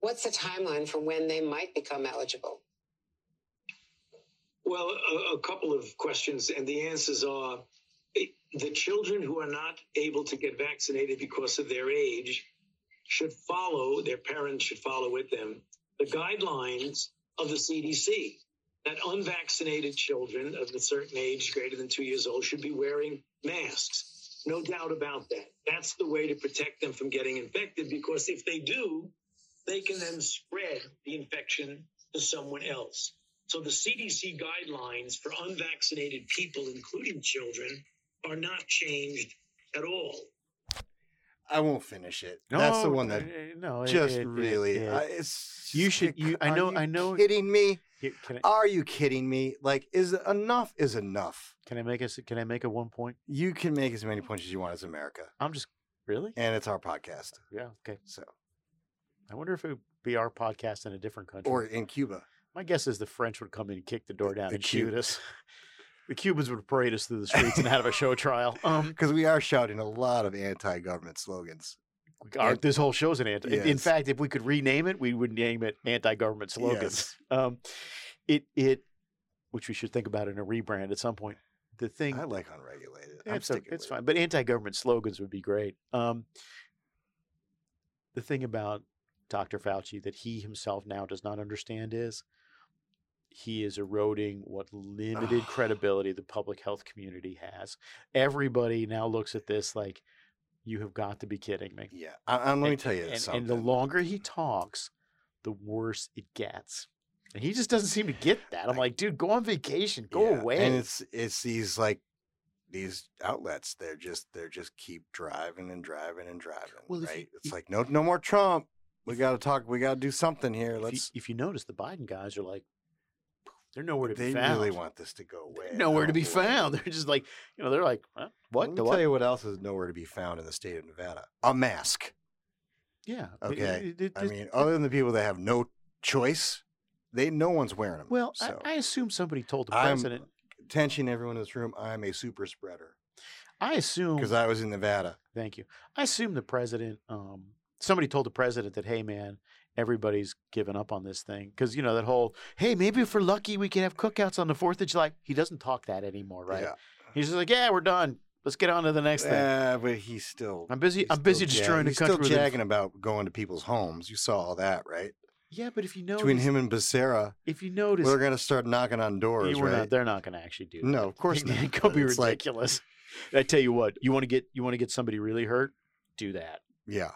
Speaker 8: what's the timeline for when they might become eligible?
Speaker 9: Well, a, a couple of questions, and the answers are eh, the children who are not able to get vaccinated because of their age should follow, their parents should follow with them, the guidelines of the CDC. that unvaccinated children of a certain age, greater than two years old, should be wearing masks. No doubt about that. That's the way to protect them from getting infected because if they do, they can then spread the infection to someone else. So the CDC guidelines for unvaccinated people, including children, are not changed at all.
Speaker 1: I won't finish it. That's the one that
Speaker 2: uh, no, it-
Speaker 1: just
Speaker 2: it- it-
Speaker 1: really.
Speaker 2: it-
Speaker 1: I, it's
Speaker 2: You
Speaker 1: just like,
Speaker 2: should- you- I
Speaker 1: are
Speaker 2: know-
Speaker 1: you
Speaker 2: I know-
Speaker 1: Kidding me?
Speaker 2: Can- can, I,
Speaker 1: Are you kidding me? Like, is enough is enough.
Speaker 2: can I make a s- can I make a one point?
Speaker 1: You can make as many points as you want as America,
Speaker 2: I'm just really
Speaker 1: and it's our podcast.
Speaker 2: yeah okay.
Speaker 1: So,
Speaker 2: I wonder if it would be our podcast in a different country.
Speaker 1: or in Cuba,
Speaker 2: My guess is the French would come in and kick the door down
Speaker 1: the
Speaker 2: and shoot
Speaker 1: Cubans.
Speaker 2: us. The Cubans would parade us through the streets and have a show trial. Um,
Speaker 1: because we are shouting a lot of anti-government slogans.
Speaker 2: our-
Speaker 1: And-
Speaker 2: this whole show's an anti. In
Speaker 1: Yes.
Speaker 2: fact, if we could rename it, we would name it anti-government slogans. Um, it it, which we should think about in a rebrand at some point. The thing
Speaker 1: I like unregulated. I'm
Speaker 2: It's, o-
Speaker 1: sticking
Speaker 2: it's
Speaker 1: with it.
Speaker 2: fine, but anti-government slogans would be great. Um, the thing about Dr. Fauci that he himself now does not understand is he is eroding what limited credibility the public health community has. Everybody now looks at this like, "You have got to be kidding me!"
Speaker 1: Yeah, I, I'm, let me
Speaker 2: And-
Speaker 1: tell you
Speaker 2: And,
Speaker 1: something.
Speaker 2: and the longer he talks, the worse it gets. And he just doesn't seem to get that. I'm
Speaker 1: I-
Speaker 2: like, dude, go on vacation, go
Speaker 1: Yeah,
Speaker 2: away.
Speaker 1: And it's it's these like these outlets. They're just they're just keep driving and driving and driving.
Speaker 2: Well, if you-
Speaker 1: right? it's
Speaker 2: if-
Speaker 1: like no no more Trump. We got to talk. We got to do something here.
Speaker 2: if,
Speaker 1: Let's.
Speaker 2: you, if you notice, the Biden guys are like, they're nowhere to
Speaker 1: They
Speaker 2: be found.
Speaker 1: really want this to go away.
Speaker 2: They're nowhere to be
Speaker 1: Oh, boy.
Speaker 2: found. They're just like, you know, they're like, huh?
Speaker 1: Let
Speaker 2: what?
Speaker 1: me
Speaker 2: The
Speaker 1: tell
Speaker 2: what?
Speaker 1: you what else is nowhere to be found in the state of Nevada: a mask.
Speaker 2: Yeah. I mean,
Speaker 1: Okay,
Speaker 2: it- it-
Speaker 1: I
Speaker 2: it-
Speaker 1: mean, other than the people that have no choice, they no one's wearing them.
Speaker 2: well,
Speaker 1: so
Speaker 2: I, I assume somebody told the
Speaker 1: I'm-
Speaker 2: president.
Speaker 1: attention, everyone in this room. I'm a super spreader
Speaker 2: i assume.
Speaker 1: because I was in Nevada.
Speaker 2: thank you. I assume the president. Um, somebody told the president that, hey, man, everybody's given up on this thing because you know that whole, hey, maybe if we're lucky, we can have cookouts on the Fourth of July. He doesn't talk that anymore, right?
Speaker 1: Yeah.
Speaker 2: He's just like, yeah, we're done. Let's get on to the next thing.
Speaker 1: Uh, but he's still
Speaker 2: I'm busy.
Speaker 1: He's
Speaker 2: I'm busy
Speaker 1: still jag-
Speaker 2: destroying
Speaker 1: he's
Speaker 2: the country.
Speaker 1: Still
Speaker 2: with inf-
Speaker 1: jagging about going to people's homes. You saw all that, right?
Speaker 2: Yeah, but if you notice,
Speaker 1: Between him and Becerra,
Speaker 2: if you notice,
Speaker 1: they're going to start knocking on doors,
Speaker 2: You were
Speaker 1: right?
Speaker 2: not, they're not going to actually do that.
Speaker 1: No, of course not.
Speaker 2: It could
Speaker 1: but
Speaker 2: be
Speaker 1: it's like-
Speaker 2: ridiculous. I tell you what, you want to get you want to get somebody really hurt? Do that.
Speaker 1: yeah.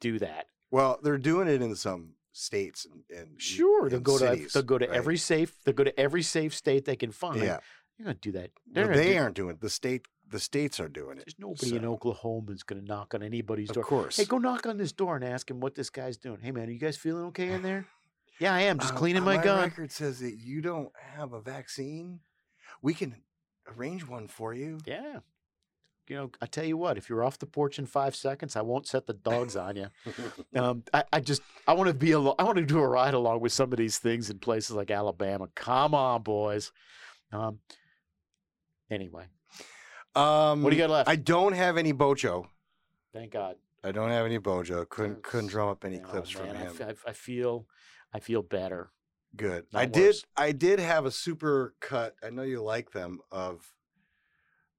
Speaker 2: Do that.
Speaker 1: Well, they're doing it in some states and, and
Speaker 2: Sure,
Speaker 1: and
Speaker 2: they'll go
Speaker 1: cities,
Speaker 2: to they'll go to
Speaker 1: right?
Speaker 2: every safe they'll go to every safe state they can find.
Speaker 1: Yeah,
Speaker 2: You're going to do that.
Speaker 1: But
Speaker 2: gonna
Speaker 1: they
Speaker 2: do-
Speaker 1: aren't doing it. The state, the states are doing it.
Speaker 2: There's nobody in
Speaker 1: so-
Speaker 2: Oklahoma's going to knock on anybody's
Speaker 1: Of
Speaker 2: door.
Speaker 1: course.
Speaker 2: Hey, go knock on this door and ask him what this guy's doing. Hey man, are you guys feeling okay in there? Yeah, I am. Just
Speaker 1: Um,
Speaker 2: cleaning
Speaker 1: uh,
Speaker 2: my, gun.
Speaker 1: record says that you don't have a vaccine. We can arrange one for you.
Speaker 2: Yeah. You know, I tell you what, if you're off the porch in five seconds, I won't set the dogs on you. Um, I, I just I want to be along. I want to do a ride along with some of these things in places like Alabama. Come on, boys. Um. Anyway,
Speaker 1: Um,
Speaker 2: what do you got left?
Speaker 1: I don't have any bojo.
Speaker 2: Thank God.
Speaker 1: I don't have any bojo. Couldn't couldn't
Speaker 2: That's-
Speaker 1: drum up any
Speaker 2: Oh,
Speaker 1: clips from
Speaker 2: man, I
Speaker 1: him.
Speaker 2: f- I, f- I feel, I feel better.
Speaker 1: Good. I
Speaker 2: not
Speaker 1: did.
Speaker 2: worse.
Speaker 1: I did have a super cut. I know you like them. Of,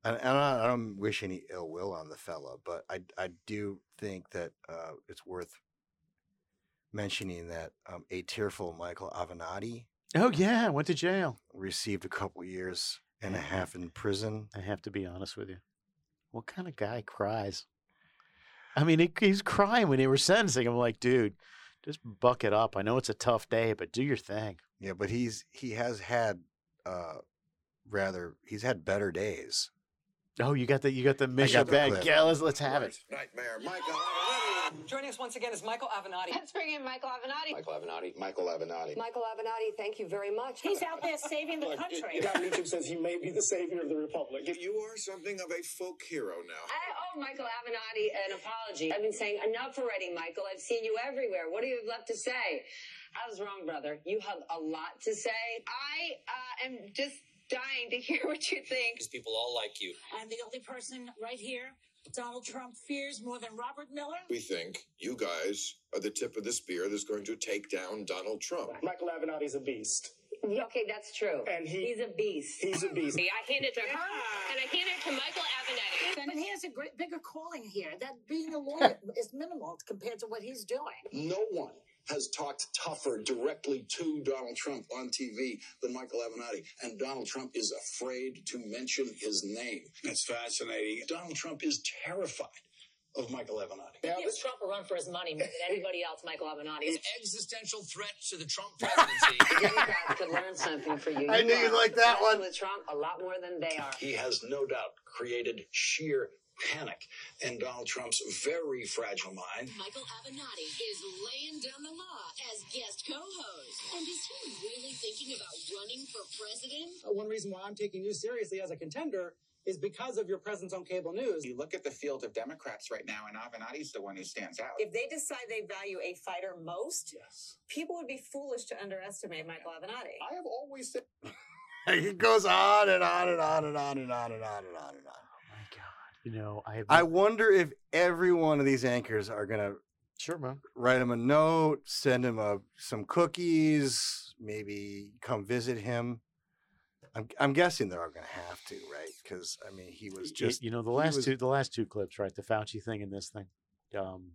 Speaker 1: and, and I, I don't wish any ill will on the fella, but I I do think that uh, it's worth mentioning that um, a tearful Michael Avenatti
Speaker 2: Oh yeah, I went to jail.
Speaker 1: received a couple years and a half in prison.
Speaker 2: I have to be honest with you. What kind of guy cries? I mean, he, he's crying when they were sentencing. I'm like, dude, just buck it up. I know it's a tough day, but do your thing.
Speaker 1: Yeah, but he's he has had uh, rather he's had better days.
Speaker 2: Oh, you got the you got the mission
Speaker 1: the
Speaker 2: bad.
Speaker 1: clip.
Speaker 2: Yeah, let's let's have it.
Speaker 5: Nightmare, Michael.
Speaker 10: Joining us once again is Michael Avenatti.
Speaker 8: Let's bring in Michael Avenatti.
Speaker 5: Michael Avenatti. Michael Avenatti.
Speaker 8: Michael Avenatti, thank you very much.
Speaker 10: He's out there saving the country.
Speaker 9: says he may be the savior of the republic.
Speaker 5: You are something of a folk hero now.
Speaker 8: I owe oh, Michael Avenatti an apology. I've been saying enough already, Michael. I've seen you everywhere. What do you have left to say? I was wrong, brother. You have a lot to say. I uh, am just dying to hear what you think.
Speaker 10: People all like you. I'm the only person right here Donald Trump fears more than Robert Miller.
Speaker 5: We think you guys are the tip of the spear that's going to take down Donald Trump.
Speaker 9: Michael Avenatti's a beast.
Speaker 8: Okay, that's true.
Speaker 9: And he-
Speaker 8: he's a beast.
Speaker 9: He's a beast.
Speaker 8: I hand it to her, and I hand it to Michael Avenatti.
Speaker 10: But he has a great, bigger calling here. That being a lawyer is minimal compared to what he's doing.
Speaker 9: No one
Speaker 11: has talked tougher directly to Donald Trump on TV than Michael Avenatti. And Donald Trump is afraid to mention his name. It's fascinating. Donald Trump is terrified of Michael Avenatti.
Speaker 12: He gives Trump a run for his money more than anybody else, Michael Avenatti.
Speaker 13: An existential threat to the Trump presidency.
Speaker 12: Democrats could learn something for you.
Speaker 11: I knew you'd
Speaker 12: are
Speaker 11: like that
Speaker 12: obsessed
Speaker 11: one.
Speaker 12: With Trump, a lot more than they are.
Speaker 11: He has no doubt created sheer panic in Donald Trump's very fragile mind.
Speaker 10: Michael Avenatti is laying down the law as guest co-host. And is he really thinking about running for president?
Speaker 14: Uh, One reason why I'm taking you seriously as a contender is because of your presence on cable news.
Speaker 15: You look at the field of Democrats right now, and Avenatti's the one who stands out.
Speaker 16: If they decide they value a fighter most, people would be foolish to underestimate Michael Avenatti. I have always said
Speaker 1: it goes on and on and on and on and on and on and on and on.
Speaker 2: You know, I have
Speaker 1: I wonder if every one of these anchors are gonna
Speaker 2: sure, man.
Speaker 1: write him a note, send him a some cookies, maybe come visit him. I'm I'm guessing they're all gonna have to, right? Because I mean, he was
Speaker 2: Y-
Speaker 1: just
Speaker 2: you know the
Speaker 1: he
Speaker 2: last
Speaker 1: was-
Speaker 2: two the last two clips right the fauci thing and this thing um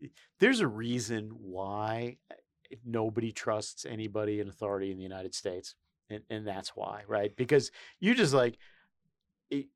Speaker 2: y- there's a reason why eh, nobody trusts anybody in authority in the united states and, and that's why right because you just like it,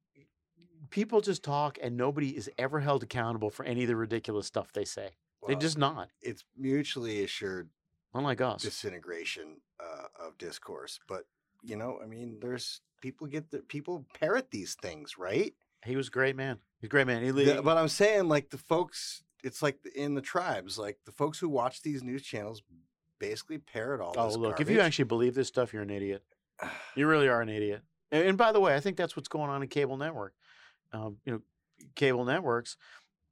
Speaker 2: people just talk and nobody is ever held accountable for any of the ridiculous stuff they say they're
Speaker 1: Well,
Speaker 2: just not
Speaker 1: It's mutually assured
Speaker 2: unlike us
Speaker 1: disintegration uh, of discourse, but you know, I mean, there's people get the people parrot these things, right?
Speaker 2: he was a great man he's a great man he,
Speaker 1: The-
Speaker 2: he-
Speaker 1: but I'm saying, like the folks, it's like the- in the tribes, like the folks who watch these news channels basically parrot all.
Speaker 2: Oh,
Speaker 1: this
Speaker 2: look, if you
Speaker 1: garbage.
Speaker 2: actually believe this stuff, you're an idiot. You really are an idiot. And, and by the way, I think that's what's going on in cable network. Um, you know, cable networks,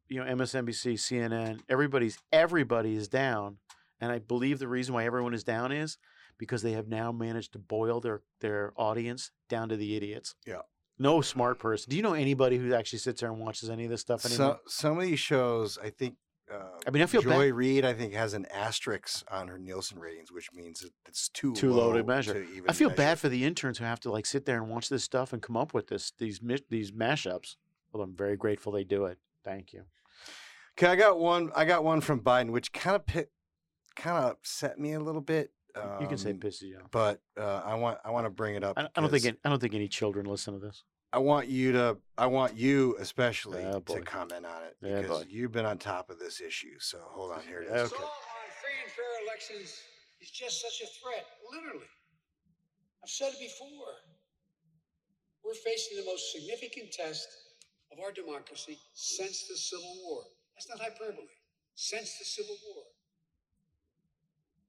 Speaker 2: you know, MSNBC, CNN, everybody's everybody is down. And I believe the reason why everyone is down is because they have now managed to boil their their audience down to the idiots.
Speaker 1: Yeah.
Speaker 2: No smart person. Do you know anybody who actually sits there and watches any of this stuff anymore?
Speaker 1: So, some of these shows, I think. Uh,
Speaker 2: I mean, I feel bad-
Speaker 1: Joy Reid, I think, has an asterisk on her Nielsen ratings, which means it- it's too
Speaker 2: too low to
Speaker 1: low
Speaker 2: measure.
Speaker 1: to even
Speaker 2: I feel
Speaker 1: measure.
Speaker 2: bad for the interns who have to like sit there and watch this stuff and come up with this these mi- these mashups. Well, I'm very grateful they do it. Thank you.
Speaker 1: Okay, I got one. I got one from Biden, which kind of pit, kind of upset me a little bit. Um,
Speaker 2: you can say pisses you off.
Speaker 1: but uh, I want I want to bring it up.
Speaker 2: I, I don't think
Speaker 1: because
Speaker 2: any, I don't think any children listen to this.
Speaker 1: I want you to. I want you especially
Speaker 2: Oh, boy.
Speaker 1: to comment on it
Speaker 2: Yeah,
Speaker 1: because
Speaker 2: boy.
Speaker 1: you've been on top of this issue. So hold on, here it
Speaker 2: Yeah,
Speaker 1: is.
Speaker 2: okay.
Speaker 17: free and fair elections is just such a threat, literally. I've said it before. We're facing the most significant test of our democracy since the Civil War. That's not hyperbole. Since the Civil War.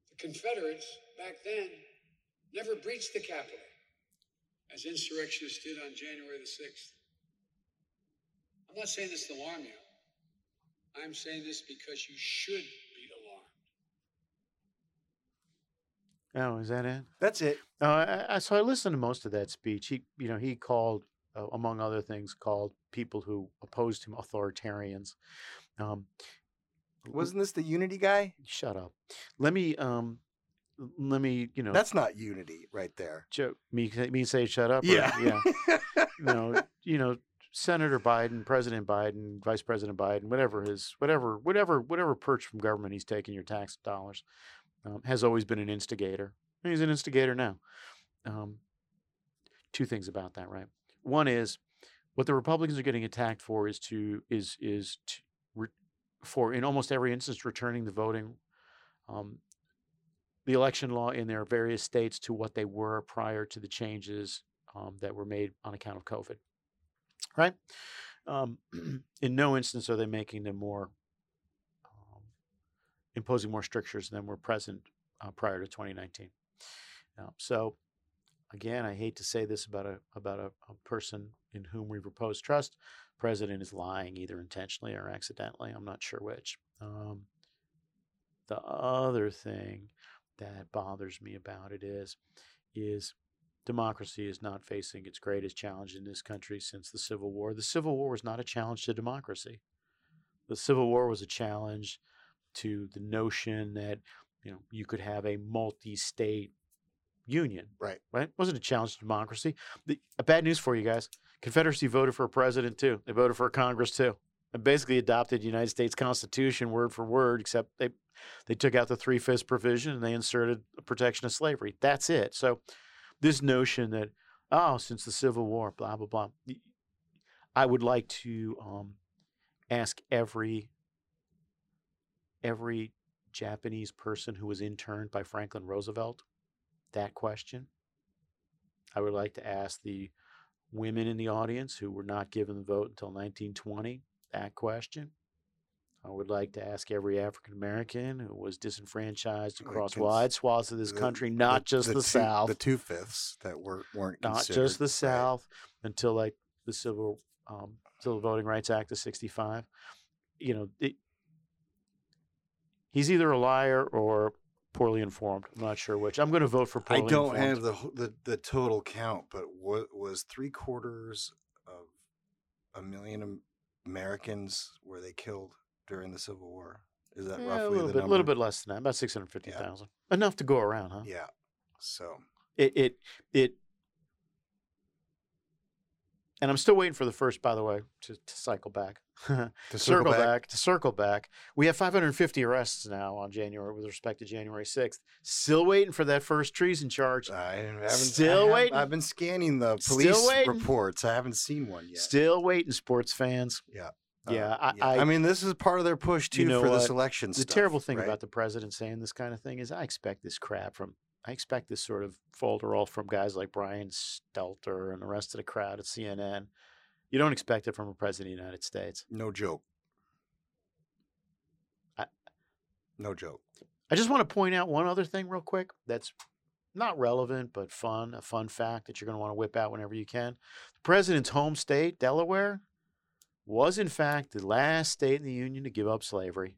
Speaker 17: The Confederates back then never breached the Capitol as insurrectionists did on January the 6th. I'm not saying this to alarm you. I'm saying this because you should be alarmed.
Speaker 2: Oh, is that it?
Speaker 1: That's it.
Speaker 2: Uh, I, I, so I listened to most of that speech. He, you know, he called, uh, among other things, called people who opposed him authoritarians. Um,
Speaker 1: Wasn't this the unity guy?
Speaker 2: Shut up. Let me, um, l- let me, you know,
Speaker 1: That's not unity right there.
Speaker 2: Joe, me, say- me say shut up. or-
Speaker 1: Yeah.
Speaker 2: yeah. no, you know, Senator Biden, President Biden, Vice President Biden, whatever his, whatever, whatever, whatever perch from government he's taking your tax dollars, um, has always been an instigator. And He's an instigator now. Um, two things about that, right? One is what the Republicans are getting attacked for is to is is to, re, for in almost every instance returning the voting um, the election law in their various states to what they were prior to the changes um, that were made on account of COVID. Right? Um, in no instance are they making them more, um, imposing more strictures than were present uh, prior to 2019. Uh, so, again, I hate to say this about a about a, a person in whom we repose trust. President is lying either intentionally or accidentally. I'm not sure which. Um, the other thing that bothers me about it is is democracy is not facing its greatest challenge in this country since the civil war the civil war was not a challenge to democracy the civil war was a challenge to the notion that you know you could have a multi-state union
Speaker 1: right
Speaker 2: right wasn't a challenge to democracy the, uh, bad news for you guys confederacy voted for a president too they voted for a congress too and basically adopted the united states constitution word for word except they They took out the three fifths provision and they inserted a protection of slavery. That's it. So this notion that, oh, since the Civil War, blah, blah, blah. Y- I would like to um, ask every every Japanese person who was interned by Franklin Roosevelt that question. I would like to ask the women in the audience who were not given the vote until 1920 that question. I would like to ask every African American who was disenfranchised across
Speaker 1: cons-
Speaker 2: wide swaths of this
Speaker 1: the-
Speaker 2: country, not just the,
Speaker 1: two-
Speaker 2: South,
Speaker 1: The two fifths that were weren't
Speaker 2: not
Speaker 1: considered.
Speaker 2: just the South, until like the Civil um, Civil Voting Rights Act of '65. You know, it, he's either a liar or poorly informed. I'm not sure which. I'm going to vote for
Speaker 1: I
Speaker 2: poorly.
Speaker 1: don't
Speaker 2: informed.
Speaker 1: have the, wh- the the total count, but what was three quarters of a million Am- Americans were they killed during the Civil War? Is that
Speaker 2: Eh,
Speaker 1: roughly
Speaker 2: a little
Speaker 1: the
Speaker 2: bit,
Speaker 1: number?
Speaker 2: little bit uh-huh. less than that, about six hundred fifty thousand, enough to go around, huh?
Speaker 1: Yeah. So
Speaker 2: It it it. And I'm still waiting for the first, by the way, to, to cycle back, to
Speaker 1: circle back.
Speaker 2: to circle back. We have 550 arrests now on January with respect to January 6th. Still waiting for that first treason charge.
Speaker 1: I haven't,
Speaker 2: Still
Speaker 1: I have-
Speaker 2: waiting.
Speaker 1: I've been scanning the
Speaker 2: Still
Speaker 1: police
Speaker 2: waiting.
Speaker 1: reports. I haven't seen one yet.
Speaker 2: Still waiting, sports fans.
Speaker 1: Yeah.
Speaker 2: Yeah,
Speaker 1: Uh,
Speaker 2: I, I,
Speaker 1: I mean, this is part of their push too
Speaker 2: you know
Speaker 1: for
Speaker 2: what?
Speaker 1: this election.
Speaker 2: The
Speaker 1: stuff,
Speaker 2: terrible thing
Speaker 1: right?
Speaker 2: about the president saying this kind of thing is, I expect this crap from, I expect this sort of folderol from guys like Brian Stelter and the rest of the crowd at CNN. You don't expect it from a president of the United States.
Speaker 1: no joke,
Speaker 2: I-
Speaker 1: no joke.
Speaker 2: I just want to point out one other thing real quick that's not relevant but fun, a fun fact that you're going to want to whip out whenever you can. The president's home state, Delaware, was in fact the last state in the Union to give up slavery.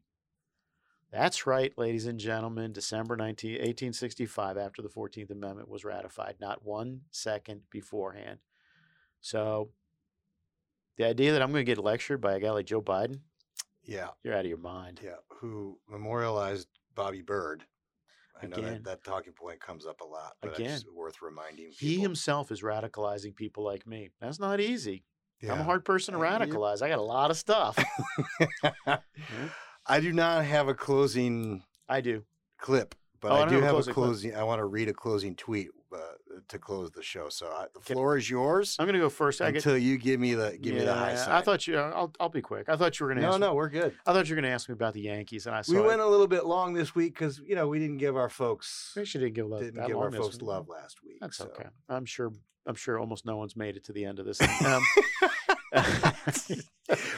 Speaker 2: That's right, ladies and gentlemen, December 19, 1865, after the 14th Amendment was ratified, not one second beforehand. So the idea that I'm going to get lectured by a guy like Joe Biden,
Speaker 1: Yeah,
Speaker 2: you're out of your mind.
Speaker 1: yeah. Who memorialized Bobby Bird? I know
Speaker 2: Again.
Speaker 1: that, that talking point comes up a lot, but it's
Speaker 2: Again.
Speaker 1: worth reminding people.
Speaker 2: He himself is radicalizing people like me. That's not easy. I'm a
Speaker 1: Yeah.
Speaker 2: hard person to
Speaker 1: Uh, you-
Speaker 2: radicalize. I got a lot of stuff. Mm-hmm.
Speaker 1: I do not have a closing
Speaker 2: I do.
Speaker 1: clip, but
Speaker 2: Oh, I
Speaker 1: I,
Speaker 2: don't
Speaker 1: do
Speaker 2: have a
Speaker 1: have a
Speaker 2: closing clip.
Speaker 1: closing. I want to read a closing tweet uh, to close the show. So I, the floor is yours
Speaker 2: I'm going to go first. I get-
Speaker 1: until you give me the give me the high
Speaker 2: Yeah,
Speaker 1: side.
Speaker 2: I thought you. uh, I'll, I'll be quick. I thought you were going to.
Speaker 1: no,
Speaker 2: ask
Speaker 1: no, we're good.
Speaker 2: I thought you were going to ask me about the Yankees, and I saw.
Speaker 1: we
Speaker 2: it.
Speaker 1: went a little bit long this week because you know we didn't give our folks
Speaker 2: We actually didn't give love.
Speaker 1: didn't
Speaker 2: that
Speaker 1: give our
Speaker 2: long this
Speaker 1: folks
Speaker 2: one.
Speaker 1: love last week.
Speaker 2: That's
Speaker 1: so.
Speaker 2: okay. I'm sure. I'm sure almost no one's made it to the end of this. thing. Um,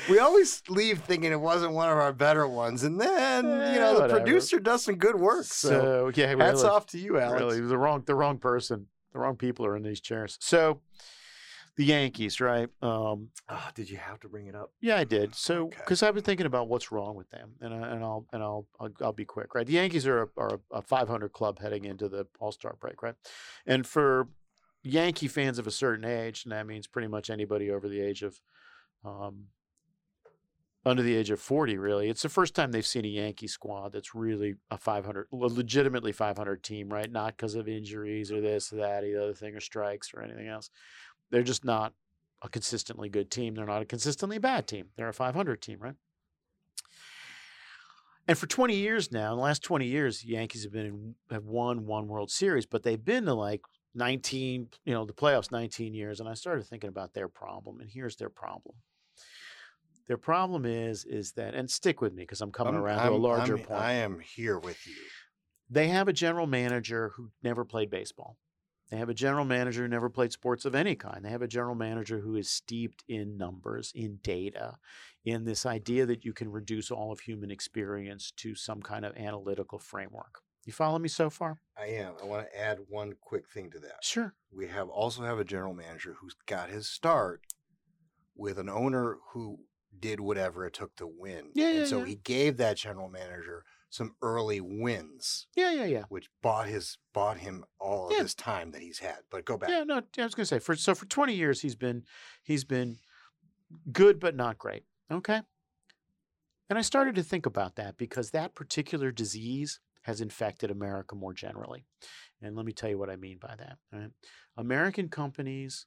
Speaker 1: We always leave thinking it wasn't one of our better ones, and then you know
Speaker 2: Eh,
Speaker 1: the
Speaker 2: whatever.
Speaker 1: producer does some good work. So,
Speaker 2: so yeah,
Speaker 1: hats
Speaker 2: really.
Speaker 1: off to you, Alex.
Speaker 2: Really, the wrong the wrong person, the wrong people are in these chairs. So, the Yankees, right? Um,
Speaker 1: Ah, did you have to bring it up?
Speaker 2: yeah, I did. So,
Speaker 1: Okay.
Speaker 2: because I've been thinking about what's wrong with them, and I, and I'll and I'll, I'll I'll be quick, right? The Yankees are a, are a, a 500 club heading into the All Star break, right? And for Yankee fans of a certain age, and that means pretty much anybody over the age of, um, under the age of 40, really. It's the first time they've seen a Yankee squad that's really a 500, a legitimately 500 team, right? Not because of injuries or this, or that, or the other thing, or strikes or anything else. They're just not a consistently good team. They're not a consistently bad team. They're a 500 team, right? And for 20 years now, in the last 20 years, the Yankees have been in, have won one World Series, but they've been to like 19, you know, the playoffs 19 years. And I started thinking about their problem, and here's their problem. Their problem is is that, and stick with me because I'm coming
Speaker 1: I'm-
Speaker 2: around
Speaker 1: I'm-
Speaker 2: to a larger
Speaker 1: I'm-
Speaker 2: point.
Speaker 1: I am here with you.
Speaker 2: they have a general manager who never played baseball. They have a general manager who never played sports of any kind. They have a general manager who is steeped in numbers, in data, in this idea that you can reduce all of human experience to some kind of analytical framework. You follow me so far?
Speaker 1: I am. I want to add one quick thing to that.
Speaker 2: Sure.
Speaker 1: We have also have a general manager who's got his start with an owner who did whatever it took to win.
Speaker 2: Yeah,
Speaker 1: and
Speaker 2: yeah,
Speaker 1: so
Speaker 2: yeah.
Speaker 1: he gave that general manager some early wins,
Speaker 2: Yeah, yeah, yeah.
Speaker 1: which bought his bought him all
Speaker 2: Yeah.
Speaker 1: of this time that he's had. But go back.
Speaker 2: Yeah, no, I was gonna say for so for 20 years he's been he's been good but not great. Okay. And I started to think about that because that particular disease has infected America more generally. And let me tell you what I mean by that. all right? American companies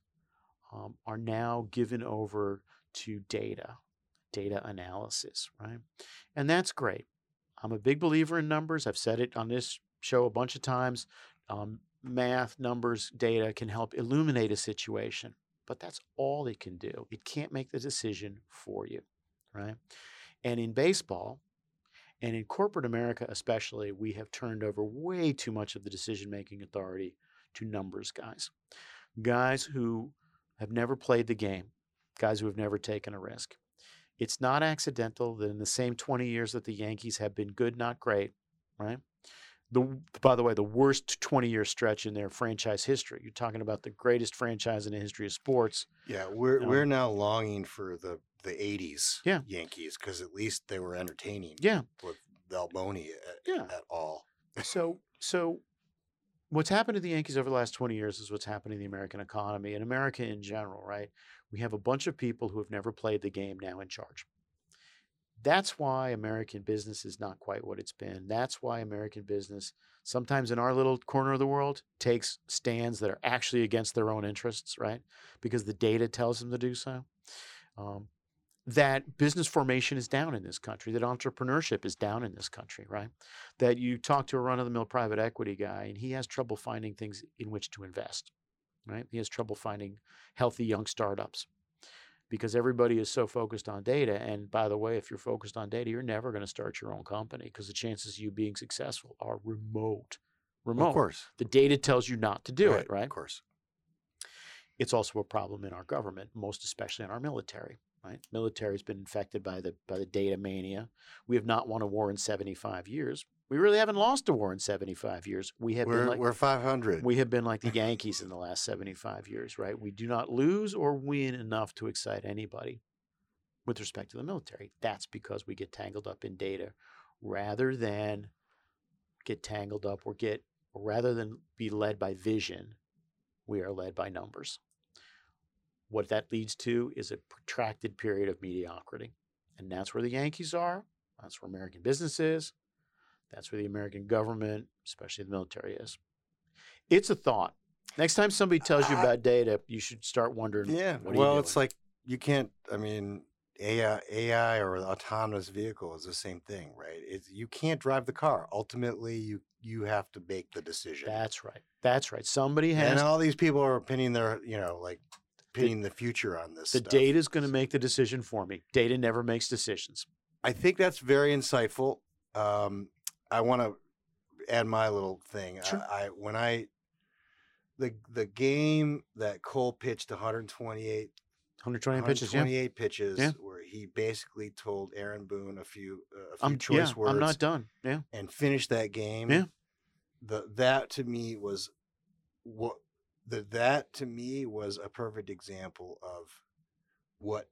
Speaker 2: um, are now given over to data, data analysis, right? And that's great. I'm a big believer in numbers. I've said it on this show a bunch of times. Um, math, numbers, data can help illuminate a situation, but that's all it can do. It can't make the decision for you, right? And in baseball, and in corporate America especially, we have turned over way too much of the decision making authority to numbers guys, guys who have never played the game, guys who have never taken a risk. It's not accidental that in the same 20 years that the Yankees have been good, not great, right? The, by the way, the worst 20 year stretch in their franchise history. You're talking about the greatest franchise in the history of sports.
Speaker 1: Yeah, we're
Speaker 2: Um,
Speaker 1: we're now longing for the the '80s
Speaker 2: Yeah.
Speaker 1: Yankees because at least they were entertaining.
Speaker 2: Yeah.
Speaker 1: with Balboni at,
Speaker 2: Yeah.
Speaker 1: at all.
Speaker 2: so so what's happened to the Yankees over the last 20 years is what's happened to the American economy and America in general, right? We have a bunch of people who have never played the game now in charge. That's why American business is not quite what it's been. That's why American business, sometimes in our little corner of the world, takes stands that are actually against their own interests, right? Because the data tells them to do so. Um, that business formation is down in this country, that entrepreneurship is down in this country, right? That you talk to a run of the mill private equity guy and he has trouble finding things in which to invest, right? He has trouble finding healthy young startups because everybody is so focused on data. And by the way, if you're focused on data, you're never going to start your own company because the chances of you being successful are remote. Remote.
Speaker 1: course.
Speaker 2: The data tells you not to do
Speaker 1: Right,
Speaker 2: it, right? Of
Speaker 1: course.
Speaker 2: It's also a problem in our government, most especially in our military. Right? Military has been infected by the by the data mania. We have not won a war in 75 years. We really haven't lost a war in 75 years. We have
Speaker 1: We're
Speaker 2: been like
Speaker 1: we're 500.
Speaker 2: we have been like the Yankees in the last 75 years, right? We do not lose or win enough to excite anybody with respect to the military. That's because we get tangled up in data rather than get tangled up or get rather than be led by vision, we are led by numbers. What that leads to is a protracted period of mediocrity. And that's where the Yankees are. That's where American business is. That's where the American government, especially the military, is. It's a thought. Next time somebody tells you
Speaker 1: I-
Speaker 2: about data, you should start wondering.
Speaker 1: yeah.
Speaker 2: what are you
Speaker 1: Well,
Speaker 2: doing?"
Speaker 1: it's like you can't. I mean, AI, AI or the autonomous vehicle is the same thing, right? It's you can't drive the car. Ultimately, you you have to make the decision.
Speaker 2: That's right. That's right. Somebody has
Speaker 1: and all these people are pinning their, you know, like pinning the, future on this.
Speaker 2: the
Speaker 1: stuff.
Speaker 2: data is going to make the decision for me. Data never makes decisions.
Speaker 1: I think that's very insightful. Um, I want to add my little thing.
Speaker 2: Sure.
Speaker 1: I, I when I the the game that Cole pitched 128
Speaker 2: 120 pitches. Yeah.
Speaker 1: 128 pitches
Speaker 2: Yeah.
Speaker 1: where he basically told Aaron Boone a few uh, a few
Speaker 2: I'm
Speaker 1: choice
Speaker 2: yeah,
Speaker 1: words
Speaker 2: I'm not done. Yeah.
Speaker 1: and finished that game.
Speaker 2: Yeah.
Speaker 1: The that to me was what the that to me was a perfect example of what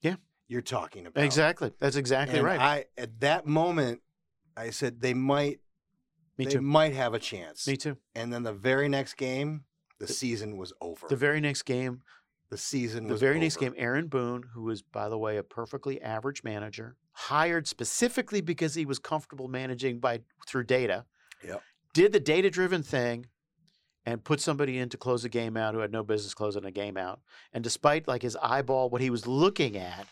Speaker 2: Yeah.
Speaker 1: you're talking about.
Speaker 2: Exactly. That's exactly
Speaker 1: And
Speaker 2: right.
Speaker 1: I at that moment I said they might
Speaker 2: Me
Speaker 1: they
Speaker 2: too.
Speaker 1: might have a chance.
Speaker 2: Me too.
Speaker 1: And then the very next game, the, season was over.
Speaker 2: The
Speaker 1: The,
Speaker 2: very next game,
Speaker 1: season
Speaker 2: the
Speaker 1: was
Speaker 2: very next
Speaker 1: over.
Speaker 2: game, Aaron Boone, who was, by the way, a perfectly average manager, hired specifically because he was comfortable managing by through data,
Speaker 1: Yep.
Speaker 2: did the data driven thing and put somebody in to close a game out who had no business closing a game out. And despite like his eyeball, what he was looking at,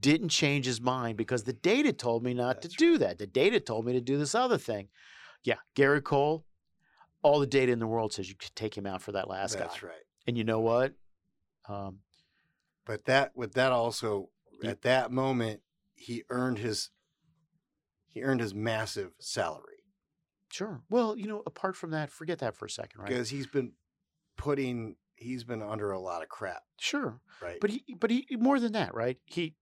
Speaker 2: didn't change his mind because the data told me not to do that. The data told me to do this other thing. Yeah, Gary Cole, all the data in the world says you could take him out for that last guy.
Speaker 1: That's right.
Speaker 2: And you know what? Um,
Speaker 1: But that with that also
Speaker 2: He-
Speaker 1: at that moment he earned his he earned his massive salary
Speaker 2: sure. Well, you know, apart from that, forget that for a second, right?
Speaker 1: because he's been putting he's been under a lot of crap,
Speaker 2: Sure.
Speaker 1: right?
Speaker 2: But he, but he, more than that, right? He,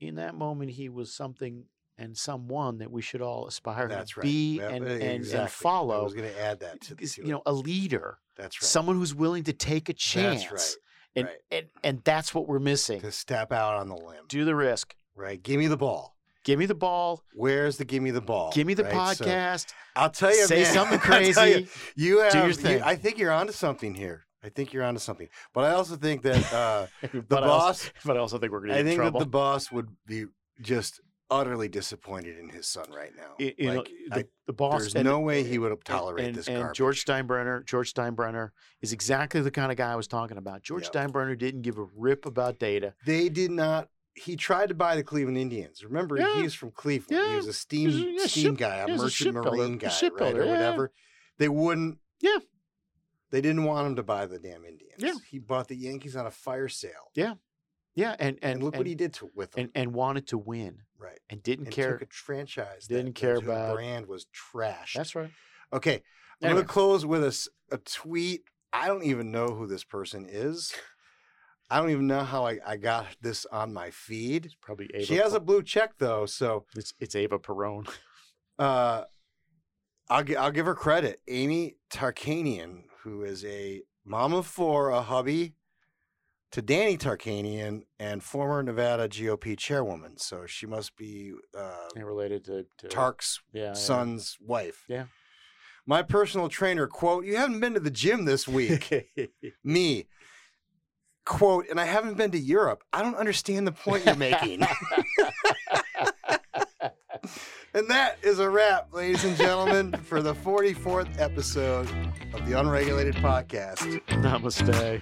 Speaker 2: in that moment, he was something and someone that we should all aspire
Speaker 1: that's
Speaker 2: to
Speaker 1: right.
Speaker 2: be
Speaker 1: Yep,
Speaker 2: and,
Speaker 1: eh,
Speaker 2: and,
Speaker 1: exactly.
Speaker 2: and follow.
Speaker 1: I was going to add that to,
Speaker 2: is,
Speaker 1: to
Speaker 2: you
Speaker 1: it.
Speaker 2: know, a leader,
Speaker 1: That's right.
Speaker 2: someone who's willing to take a chance.
Speaker 1: That's right.
Speaker 2: And,
Speaker 1: right.
Speaker 2: and and that's what we're missing.
Speaker 1: To step out on the limb,
Speaker 2: Do the risk.
Speaker 1: right? Give me the ball.
Speaker 2: Give me the ball.
Speaker 1: Where's the give me the ball?
Speaker 2: Mm, Give me the
Speaker 1: right? So-
Speaker 2: podcast.
Speaker 1: I'll tell you,
Speaker 2: Say
Speaker 1: man,
Speaker 2: something
Speaker 1: I'll tell you,
Speaker 2: crazy.
Speaker 1: you have,
Speaker 2: Do your
Speaker 1: you-
Speaker 2: thing.
Speaker 1: I think you're onto something here. I think you're onto something. But I also think that uh, the
Speaker 2: but I also,
Speaker 1: boss,
Speaker 2: but I also think we're going to
Speaker 1: I,
Speaker 2: get in
Speaker 1: think
Speaker 2: trouble.
Speaker 1: that the boss would be just utterly disappointed in his son right now.
Speaker 2: You- you know,
Speaker 1: Like,
Speaker 2: the,
Speaker 1: I-
Speaker 2: the boss.
Speaker 1: there's
Speaker 2: and-
Speaker 1: no way he would have
Speaker 2: and-
Speaker 1: tolerated
Speaker 2: and,
Speaker 1: this
Speaker 2: And
Speaker 1: garbage.
Speaker 2: George Steinbrenner, George Steinbrenner is exactly the kind of guy I was talking about. George
Speaker 1: Yep.
Speaker 2: Steinbrenner didn't give a rip about data.
Speaker 1: they did not he tried to buy the Cleveland Indians. Remember,
Speaker 2: Yeah.
Speaker 1: he was from Cleveland. He was a steam
Speaker 2: He's a- yeah,
Speaker 1: steam
Speaker 2: ship-
Speaker 1: guy, a
Speaker 2: he was a
Speaker 1: merchant
Speaker 2: shipbuilder-
Speaker 1: marine guy, right,
Speaker 2: shipbuilder,
Speaker 1: or
Speaker 2: yeah.
Speaker 1: whatever. They wouldn't.
Speaker 2: Yeah.
Speaker 1: They didn't want him to buy the damn Indians.
Speaker 2: Yeah.
Speaker 1: He bought the Yankees on a fire sale.
Speaker 2: Yeah. Yeah. And and,
Speaker 1: And look what
Speaker 2: and-
Speaker 1: he did to with them.
Speaker 2: and, and wanted to win
Speaker 1: right.
Speaker 2: and didn't
Speaker 1: And
Speaker 2: care.
Speaker 1: took a franchise.
Speaker 2: didn't
Speaker 1: that,
Speaker 2: care
Speaker 1: that whose
Speaker 2: about-
Speaker 1: brand was trash.
Speaker 2: That's right.
Speaker 1: Okay. I'm
Speaker 2: Anyway.
Speaker 1: going to close with a, s- a tweet. I don't even know who this person is. I don't even know how I, I got this on my feed.
Speaker 2: Probably Ava.
Speaker 1: She has
Speaker 2: Per-
Speaker 1: a blue check though, so
Speaker 2: It's it's Ava Perone.
Speaker 1: uh, I'll gi- I'll give her credit. Amy Tarkanian, who is a mom of four, a hubby to Danny Tarkanian, and former Nevada GOP chairwoman. So she must be uh,
Speaker 2: And related to, to
Speaker 1: Tark's
Speaker 2: Yeah, yeah.
Speaker 1: son's wife.
Speaker 2: Yeah.
Speaker 1: My personal trainer quote, "You haven't been to the gym this week." Me quote, and I haven't been to Europe. I don't understand the point you're making. and that is a wrap, ladies and gentlemen, for the 44th episode of the Unregulated Podcast.
Speaker 2: Namaste.